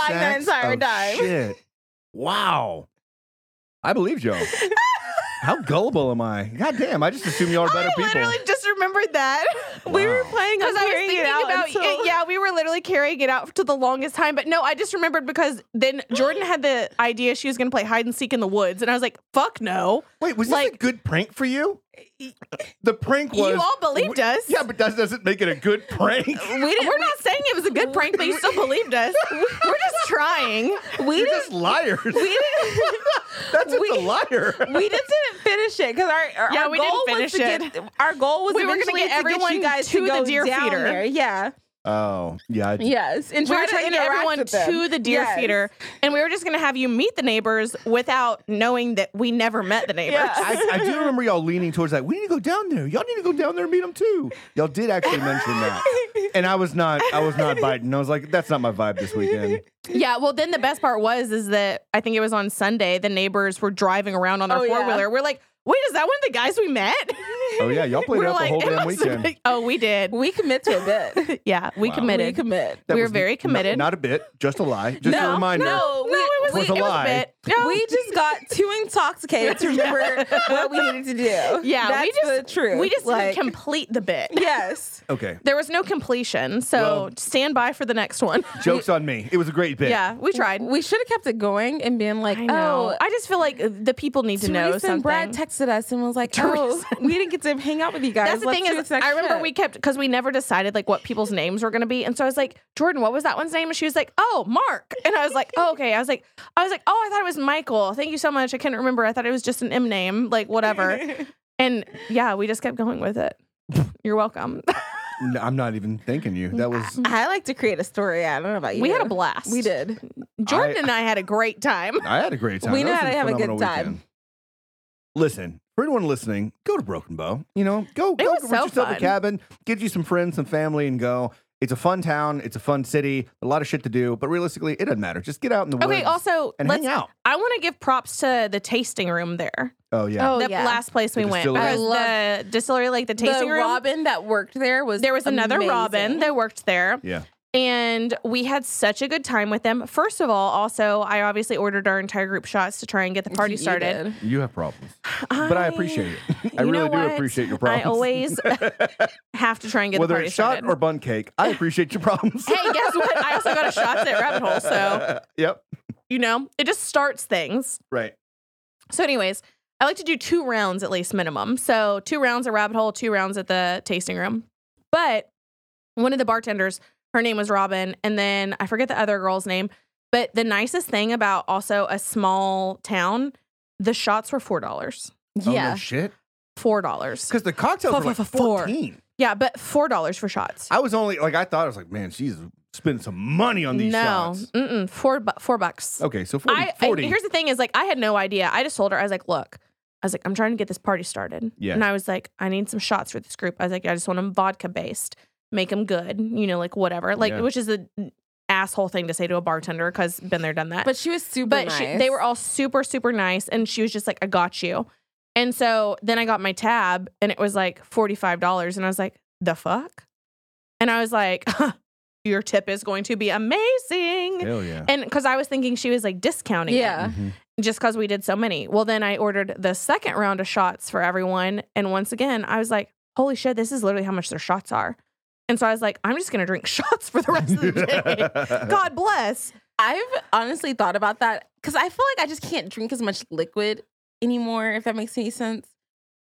Speaker 3: that
Speaker 2: sacks
Speaker 3: entire
Speaker 2: of
Speaker 3: time.
Speaker 2: Shit! Wow, I believe
Speaker 3: *laughs*
Speaker 2: you. How gullible am I? God damn! I just assume y'all are better
Speaker 1: I
Speaker 2: people.
Speaker 1: literally just remembered that.
Speaker 2: We were Wow.
Speaker 1: playing because I was
Speaker 3: carrying it
Speaker 1: thinking
Speaker 3: out
Speaker 1: about
Speaker 3: until-
Speaker 1: it- yeah, we were literally carrying it out to the longest time. But no, I just remembered because then Jordan had the idea she was going to play hide and seek in the woods, and I was like, "Fuck no!"
Speaker 2: Wait, was this a
Speaker 1: like-
Speaker 2: good prank for you? The prank was.
Speaker 1: you all believed us.
Speaker 2: yeah, but that doesn't make it a good
Speaker 3: *laughs*
Speaker 2: prank.
Speaker 1: we didn't, we're not saying it was a good prank, but you still believed us. We're just trying.
Speaker 3: *laughs* We
Speaker 2: You're
Speaker 3: didn't.
Speaker 2: just liars. *laughs*
Speaker 3: didn't-
Speaker 2: That's just
Speaker 3: we-
Speaker 2: a liar.
Speaker 3: *laughs* We just didn't finish it because our, our,
Speaker 1: Yeah,
Speaker 3: our
Speaker 1: we
Speaker 3: goal
Speaker 1: didn't finish
Speaker 3: was to
Speaker 1: it.
Speaker 3: get our goal was
Speaker 1: We were gonna
Speaker 3: eventually
Speaker 1: get
Speaker 3: to get
Speaker 1: everyone
Speaker 3: you guys
Speaker 1: to the
Speaker 3: go
Speaker 1: deer
Speaker 3: down
Speaker 1: feeder.
Speaker 3: there. Yeah.
Speaker 2: oh yeah, I-
Speaker 3: Yes. And
Speaker 1: We
Speaker 3: try
Speaker 1: were trying to get
Speaker 3: interact
Speaker 1: everyone
Speaker 3: with them.
Speaker 1: to the deer
Speaker 3: Yes.
Speaker 1: feeder, and we were just going to have you meet the neighbors without knowing that we never met the neighbors.
Speaker 3: Yeah.
Speaker 2: I, I do remember y'all leaning towards that. We need to go down there. Y'all need to go down there and meet them too. Y'all did actually mention that, and I was not. I was not biting. I was like, that's not my vibe this weekend.
Speaker 1: *laughs* Yeah, well, then the best part was is that I think it was on Sunday. The neighbors were driving around on their
Speaker 3: Oh, yeah.
Speaker 1: four wheeler. We're like, wait, is that one of the guys we met? *laughs*
Speaker 2: Oh yeah, y'all played
Speaker 1: we're
Speaker 2: out
Speaker 1: like,
Speaker 2: the whole
Speaker 1: "It *laughs*
Speaker 2: damn
Speaker 1: must have
Speaker 2: weekend.
Speaker 1: been- oh, we did.
Speaker 3: We commit to a
Speaker 1: *laughs*
Speaker 3: bit.
Speaker 1: Yeah, we
Speaker 2: Wow.
Speaker 3: We
Speaker 1: committed.
Speaker 3: commit.
Speaker 2: That
Speaker 1: we were
Speaker 2: was
Speaker 1: very
Speaker 2: n-
Speaker 1: committed.
Speaker 2: Not, not a bit, just a lie. Just
Speaker 3: No,
Speaker 2: a reminder.
Speaker 3: no.
Speaker 1: no, it was,
Speaker 2: was a
Speaker 1: it Was
Speaker 2: lie.
Speaker 1: a bit. No.
Speaker 3: We just got too intoxicated to remember
Speaker 1: *laughs*
Speaker 3: what we needed to do.
Speaker 1: yeah,
Speaker 3: That's
Speaker 1: we just
Speaker 3: the truth.
Speaker 1: we just
Speaker 3: Like,
Speaker 1: didn't complete the bit.
Speaker 3: Yes.
Speaker 2: Okay.
Speaker 1: There was no completion, so
Speaker 2: Well-
Speaker 1: stand by for the next one. *laughs*
Speaker 2: Jokes on me. It was a great bit.
Speaker 1: Yeah, we *laughs* tried.
Speaker 3: We should have kept it going and been like,
Speaker 1: I know.
Speaker 3: oh,
Speaker 1: I just feel like the people need to know
Speaker 3: Therese
Speaker 1: something.
Speaker 3: and Brad texted us and was like, oh, we didn't get to hang out with you guys.
Speaker 1: That's the
Speaker 3: Let's
Speaker 1: thing
Speaker 3: do
Speaker 1: is,
Speaker 3: this next
Speaker 1: I remember
Speaker 3: trip.
Speaker 1: we kept because we never decided like what people's names were gonna be, and so I was like, Jordan, what was that one's name? And she was like, Oh, Mark, and I was like, Oh, okay. I was like,
Speaker 3: *laughs*
Speaker 1: I was like, Oh, I thought it was Michael. Thank you so much. I can't remember. I thought it was just an M name, like whatever. And yeah, we just kept going with it. You're welcome. *laughs*
Speaker 2: No, I'm not even thanking you. That was
Speaker 3: I like to create a story. I don't know about you.
Speaker 1: We had a blast.
Speaker 3: We did.
Speaker 1: Jordan
Speaker 2: I-
Speaker 1: and I had a great time.
Speaker 2: I had a great time.
Speaker 3: We
Speaker 2: That
Speaker 3: know
Speaker 2: was
Speaker 3: how to have a
Speaker 2: phenomenal
Speaker 3: good time.
Speaker 2: Listen, for anyone listening, go to Broken Bow. You know, go go
Speaker 1: was
Speaker 2: rent
Speaker 1: so
Speaker 2: yourself a
Speaker 1: fun.
Speaker 2: cabin, get you some friends, some family, and go. It's a fun town. It's a fun city. A lot of shit to do, but realistically, it doesn't matter. Just get out in the
Speaker 1: Okay,
Speaker 2: woods
Speaker 1: also,
Speaker 2: and
Speaker 1: let's,
Speaker 2: hang out.
Speaker 1: I want to give props to the tasting room there.
Speaker 2: Oh yeah,
Speaker 3: Oh,
Speaker 1: the
Speaker 3: yeah.
Speaker 1: last place we
Speaker 2: The
Speaker 1: went.
Speaker 2: distillery.
Speaker 1: Because
Speaker 3: I
Speaker 1: the distillery, like the tasting
Speaker 3: the
Speaker 1: room.
Speaker 3: Robin that worked there was
Speaker 1: there was another
Speaker 3: amazing.
Speaker 1: Robin that worked there.
Speaker 2: yeah.
Speaker 1: And we had such a good time with them. First of all, also, I obviously ordered our entire group shots to try and get the party
Speaker 3: *laughs* You
Speaker 1: started.
Speaker 3: did.
Speaker 2: You have problems, but I appreciate it. *laughs* I
Speaker 1: You know
Speaker 2: really do
Speaker 1: what?
Speaker 2: appreciate your problems.
Speaker 1: I
Speaker 2: *laughs*
Speaker 1: always have to try and get the
Speaker 2: Whether
Speaker 1: party
Speaker 2: it's shot
Speaker 1: started.
Speaker 2: or bun cake,
Speaker 1: *laughs*
Speaker 2: I appreciate your problems.
Speaker 1: hey, guess what? I also got a shots at Rabbit Hole. So,
Speaker 2: *laughs* yep,
Speaker 1: you know, it just starts things.
Speaker 2: right.
Speaker 1: So, anyways, I like to do two rounds at least minimum. So, two rounds at Rabbit Hole, two rounds at the tasting room. But one of the bartenders, her name was Robin, and then I forget the other girl's name. But the nicest thing about also a small town, the shots were four dollars.
Speaker 2: Oh,
Speaker 3: Yeah.
Speaker 2: no shit.
Speaker 1: Four dollars.
Speaker 2: Because the cocktails
Speaker 1: Four,
Speaker 2: were like
Speaker 1: four, four.
Speaker 2: 14.
Speaker 1: Yeah, but four dollars for shots.
Speaker 2: I was only like I thought I was like, man, she's spending some money on these
Speaker 1: no,
Speaker 2: shots.
Speaker 1: Mm-mm, four bu- four bucks.
Speaker 2: Okay, so 40.
Speaker 1: I, I
Speaker 2: 40.
Speaker 1: here's the thing is like I had no idea. I just told her I was like, look, I was like, I'm trying to get this party started.
Speaker 2: Yeah.
Speaker 1: And I was like, I need some shots for this group. I was like, I just want them vodka based, make them good, you know, like whatever, like
Speaker 2: Yeah.
Speaker 1: which is the asshole thing to say to a bartender because been there, done that.
Speaker 3: But she was super
Speaker 1: but
Speaker 3: nice.
Speaker 1: she, they were all super super nice, and she was just like, I got you. And so then I got my tab, and it was like forty five dollars, and I was like, the fuck, and I was like, *laughs* your tip is going to be amazing.
Speaker 2: Hell yeah.
Speaker 1: And because I was thinking she was like discounting it
Speaker 3: Yeah.
Speaker 1: *laughs*
Speaker 2: Mhm.
Speaker 1: just because we did so many. Well, then I ordered the second round of shots for everyone. And once again, I was like, holy shit, this is literally how much their shots are. And so I was like, I'm just going to drink *laughs* shots for the rest
Speaker 2: *laughs*
Speaker 1: of the day. God bless.
Speaker 3: I've honestly thought about that because I feel like I just can't drink as much liquid anymore, if that makes any sense.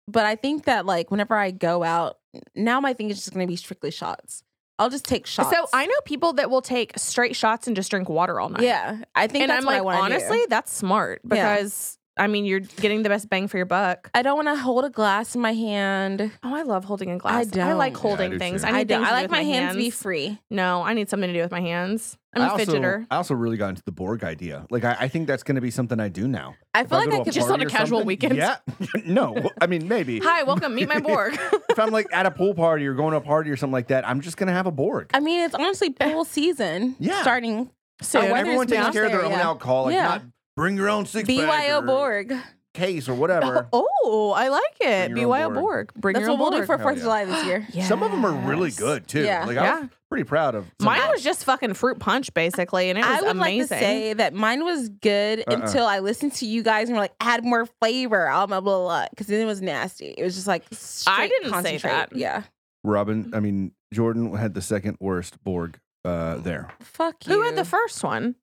Speaker 3: But I think that like whenever I go out, now my thing is just gonna be strictly shots. I'll just take shots.
Speaker 1: So I know people that will take straight shots and just drink water all night.
Speaker 3: Yeah. I think
Speaker 1: And
Speaker 3: that's
Speaker 1: I'm
Speaker 3: what I
Speaker 1: like,
Speaker 3: wanna do.
Speaker 1: honestly, that's smart
Speaker 3: Yeah.
Speaker 1: because I mean, you're getting the best bang for your buck.
Speaker 3: I don't wanna hold a glass in my hand.
Speaker 1: Oh, I love holding a glass.
Speaker 3: don't.
Speaker 1: like
Speaker 3: Yeah, I
Speaker 1: holding
Speaker 2: do
Speaker 1: things.
Speaker 2: too.
Speaker 1: I, need
Speaker 3: I, don't.
Speaker 1: things to
Speaker 3: I
Speaker 1: do
Speaker 3: like
Speaker 1: with
Speaker 3: my hands
Speaker 1: hands
Speaker 3: to be free.
Speaker 1: No, I need something to do with my hands. I'm
Speaker 2: I
Speaker 1: a
Speaker 2: also,
Speaker 1: fidgeter.
Speaker 2: I also really got into the Borg idea. Like, I, I think that's going to be something I do now.
Speaker 3: I feel
Speaker 2: If
Speaker 3: like
Speaker 2: go
Speaker 3: I
Speaker 2: to
Speaker 3: could
Speaker 1: Just on
Speaker 2: party
Speaker 1: a
Speaker 2: or
Speaker 1: casual
Speaker 2: something-
Speaker 1: weekend.
Speaker 2: Yeah. *laughs* no, I mean, maybe.
Speaker 1: Hi, welcome.
Speaker 2: *laughs*
Speaker 1: Meet my *laughs* Borg.
Speaker 2: if I'm like at a pool party or going to a party or something like that, I'm just going to have a Borg.
Speaker 3: I mean, it's honestly pool season.
Speaker 2: *laughs* Yeah.
Speaker 3: Starting
Speaker 1: Soon.
Speaker 3: I
Speaker 2: And
Speaker 3: wonder
Speaker 2: everyone
Speaker 3: it's
Speaker 2: takes
Speaker 3: been
Speaker 2: care of their
Speaker 3: out
Speaker 2: own
Speaker 3: there, yeah.
Speaker 2: alcohol. Like,
Speaker 3: Yeah.
Speaker 2: not bring your own six
Speaker 3: BYO Borg.
Speaker 2: case
Speaker 1: *laughs*
Speaker 2: or whatever.
Speaker 1: Oh, I like it.
Speaker 2: Bring your own
Speaker 1: BYO Borg. Bring
Speaker 3: That's
Speaker 1: your
Speaker 3: what
Speaker 1: own
Speaker 3: we'll do
Speaker 1: Borg.
Speaker 3: for
Speaker 2: Hell
Speaker 3: Fourth of
Speaker 2: yeah.
Speaker 3: July
Speaker 1: *gasps*
Speaker 3: this year.
Speaker 2: Some of them are really
Speaker 1: Oh, Yes.
Speaker 2: good too.
Speaker 3: Yeah.
Speaker 2: Like I
Speaker 1: Yeah.
Speaker 2: was pretty proud of. some
Speaker 1: Mine
Speaker 2: of
Speaker 1: was just fucking fruit punch, basically, and it was
Speaker 3: I would
Speaker 1: amazing.
Speaker 3: like to say that mine was good
Speaker 2: Uh-uh.
Speaker 3: until I listened to you guys and were like, add more flavor, all blah blah blah, because then it was nasty. It was just like straight
Speaker 1: didn't say
Speaker 3: concentrate.
Speaker 1: that.
Speaker 3: Yeah,
Speaker 2: Robin,
Speaker 1: Mm-hmm.
Speaker 2: I mean, Jordan had the second worst Borg uh, there.
Speaker 3: fuck you.
Speaker 1: Who had the first one?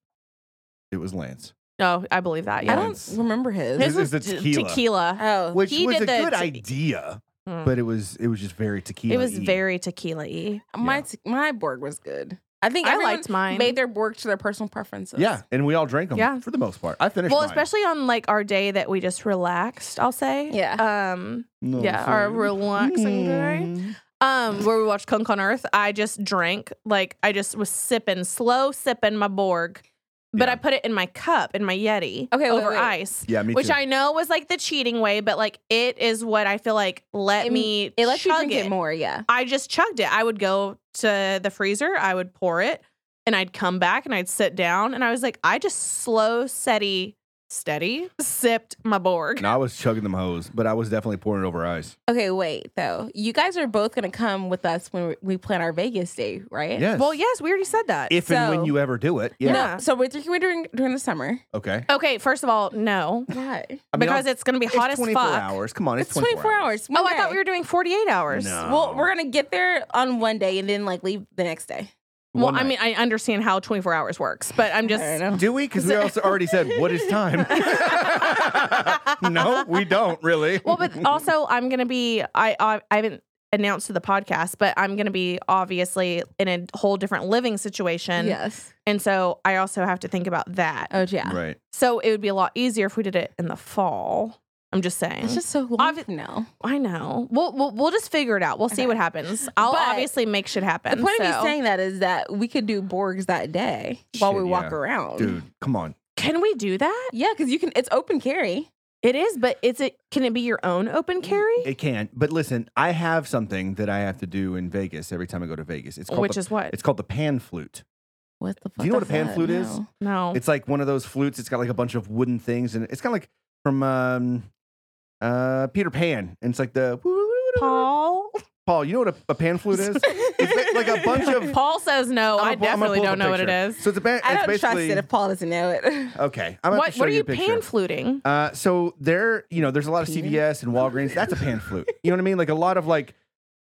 Speaker 2: It was Lance.
Speaker 1: No, I believe that.
Speaker 3: I
Speaker 1: Yeah,
Speaker 3: don't
Speaker 2: Lance.
Speaker 3: remember his.
Speaker 2: His-
Speaker 1: his
Speaker 2: is
Speaker 1: was
Speaker 2: the
Speaker 1: t-
Speaker 2: tequila.
Speaker 1: tequila.
Speaker 3: oh,
Speaker 2: Which
Speaker 1: He
Speaker 2: was
Speaker 1: did
Speaker 2: a
Speaker 1: the
Speaker 2: good
Speaker 1: te-
Speaker 2: idea,
Speaker 1: Mm.
Speaker 2: but it was it was just very tequila.
Speaker 1: It was very tequila y.
Speaker 3: my
Speaker 2: yeah.
Speaker 3: t- my Borg was good. I think
Speaker 1: I
Speaker 3: everyone
Speaker 1: liked mine.
Speaker 3: Made their Borg to their personal preferences.
Speaker 2: yeah, and we all drank them
Speaker 1: Yeah.
Speaker 2: for the most part. I finished.
Speaker 1: well,
Speaker 2: mine.
Speaker 1: especially on like our day that we just relaxed, I'll say.
Speaker 3: Yeah.
Speaker 1: Um,
Speaker 2: No
Speaker 1: yeah, our
Speaker 2: food.
Speaker 1: relaxing day.
Speaker 2: Mm.
Speaker 1: um, where we watched Kunk on Earth, I just drank like I just was sipping, slow sipping my Borg, but
Speaker 2: Yeah.
Speaker 1: I put it in my cup in my Yeti
Speaker 3: Okay, wait,
Speaker 1: over
Speaker 3: wait.
Speaker 1: ice,
Speaker 2: Yeah, me
Speaker 1: which
Speaker 2: too.
Speaker 1: I know was like the cheating way, but like it is what I feel like let
Speaker 3: It-
Speaker 1: me
Speaker 3: it lets you
Speaker 1: chug
Speaker 3: drink it. more. Yeah,
Speaker 1: I just chugged it. I would go to the freezer, I would pour it, and I'd come back and I'd sit down, and I was like, I just slow, steady, steady sipped my Borg.
Speaker 2: No, I was chugging them hose, but I was definitely pouring it over ice.
Speaker 3: Okay, wait though. You guys are both gonna come with us when we- we plan our Vegas day, right?
Speaker 2: Yes.
Speaker 1: Well, yes, we already said that.
Speaker 2: If and when
Speaker 3: so-
Speaker 2: you ever do it, yeah.
Speaker 1: No.
Speaker 3: No, so we're drinking we're doing during the summer.
Speaker 2: Okay.
Speaker 1: okay, first of all, no.
Speaker 3: Why?
Speaker 2: I mean,
Speaker 1: because
Speaker 2: I'll-
Speaker 1: it's going to be
Speaker 2: it's
Speaker 1: hot as
Speaker 2: 24
Speaker 1: fuck.
Speaker 2: hours. Come on, it's,
Speaker 3: It's twenty four hours.
Speaker 1: Oh,
Speaker 3: One
Speaker 1: I thought
Speaker 3: day.
Speaker 1: we were doing 48 hours.
Speaker 2: No.
Speaker 3: Well, we're gonna get there on one day and then like leave the next day.
Speaker 1: Well,
Speaker 2: One
Speaker 1: I
Speaker 2: night.
Speaker 1: mean, I understand how 24 hours works, but *laughs* I'm just.
Speaker 3: I don't know.
Speaker 2: Do we? Because we also already said what is time. *laughs* no, we don't really.
Speaker 1: Well, but also, I'm going to be. I, I I haven't announced to the podcast, but I'm going to be obviously in a whole different living situation.
Speaker 3: yes.
Speaker 1: And so I also have to think about that.
Speaker 3: Oh yeah.
Speaker 2: right.
Speaker 1: So it would be a lot easier if we did it in the fall. I'm just saying.
Speaker 3: It's just so long
Speaker 1: Obvi-
Speaker 3: from now.
Speaker 1: I know. We'll, we'll we'll just figure it out. We'll see what happens. I'll
Speaker 3: But
Speaker 1: obviously make shit happen.
Speaker 3: The point of
Speaker 1: so.
Speaker 3: me saying that is that we could do Borgs that day while
Speaker 2: Shit,
Speaker 3: we walk
Speaker 2: yeah.
Speaker 3: around.
Speaker 2: Dude, come on.
Speaker 1: can we do that?
Speaker 3: Yeah, because you can. It's open carry.
Speaker 1: It is, but it's it. Can it be your own open carry?
Speaker 2: It can. But listen, I have something that I have to do in Vegas every time I go to Vegas. It's called
Speaker 1: Which
Speaker 2: the,
Speaker 1: is what?
Speaker 2: it's called the pan flute.
Speaker 3: What the fuck?
Speaker 2: you know what
Speaker 3: is
Speaker 2: a pan
Speaker 3: that?
Speaker 2: flute is?
Speaker 3: No.
Speaker 1: no.
Speaker 2: It's like one of those flutes. It's got like a bunch of wooden things and it's kind of like from um uh Peter Pan. And it's like the
Speaker 1: Paul.
Speaker 2: *laughs* Paul, you know what a, a pan flute is? It's like, like a bunch of
Speaker 1: *laughs* Paul says no. I
Speaker 2: I'm gonna pull- I'm gonna
Speaker 1: definitely
Speaker 2: pull up
Speaker 1: don't
Speaker 2: a
Speaker 1: know what it
Speaker 2: picture.
Speaker 1: is.
Speaker 2: So it's a ban-
Speaker 3: I
Speaker 2: it's
Speaker 3: don't trust
Speaker 2: basically
Speaker 3: it if Paul doesn't know it.
Speaker 2: okay. I'm
Speaker 1: What
Speaker 2: gonna have to
Speaker 1: what
Speaker 2: show
Speaker 1: are you
Speaker 2: a picture.
Speaker 1: pan fluting?
Speaker 2: Uh, so there, you know, there's a lot of
Speaker 3: Peter?
Speaker 2: CVS and Walgreens. That's a pan flute. You know what I mean? Like a lot of like,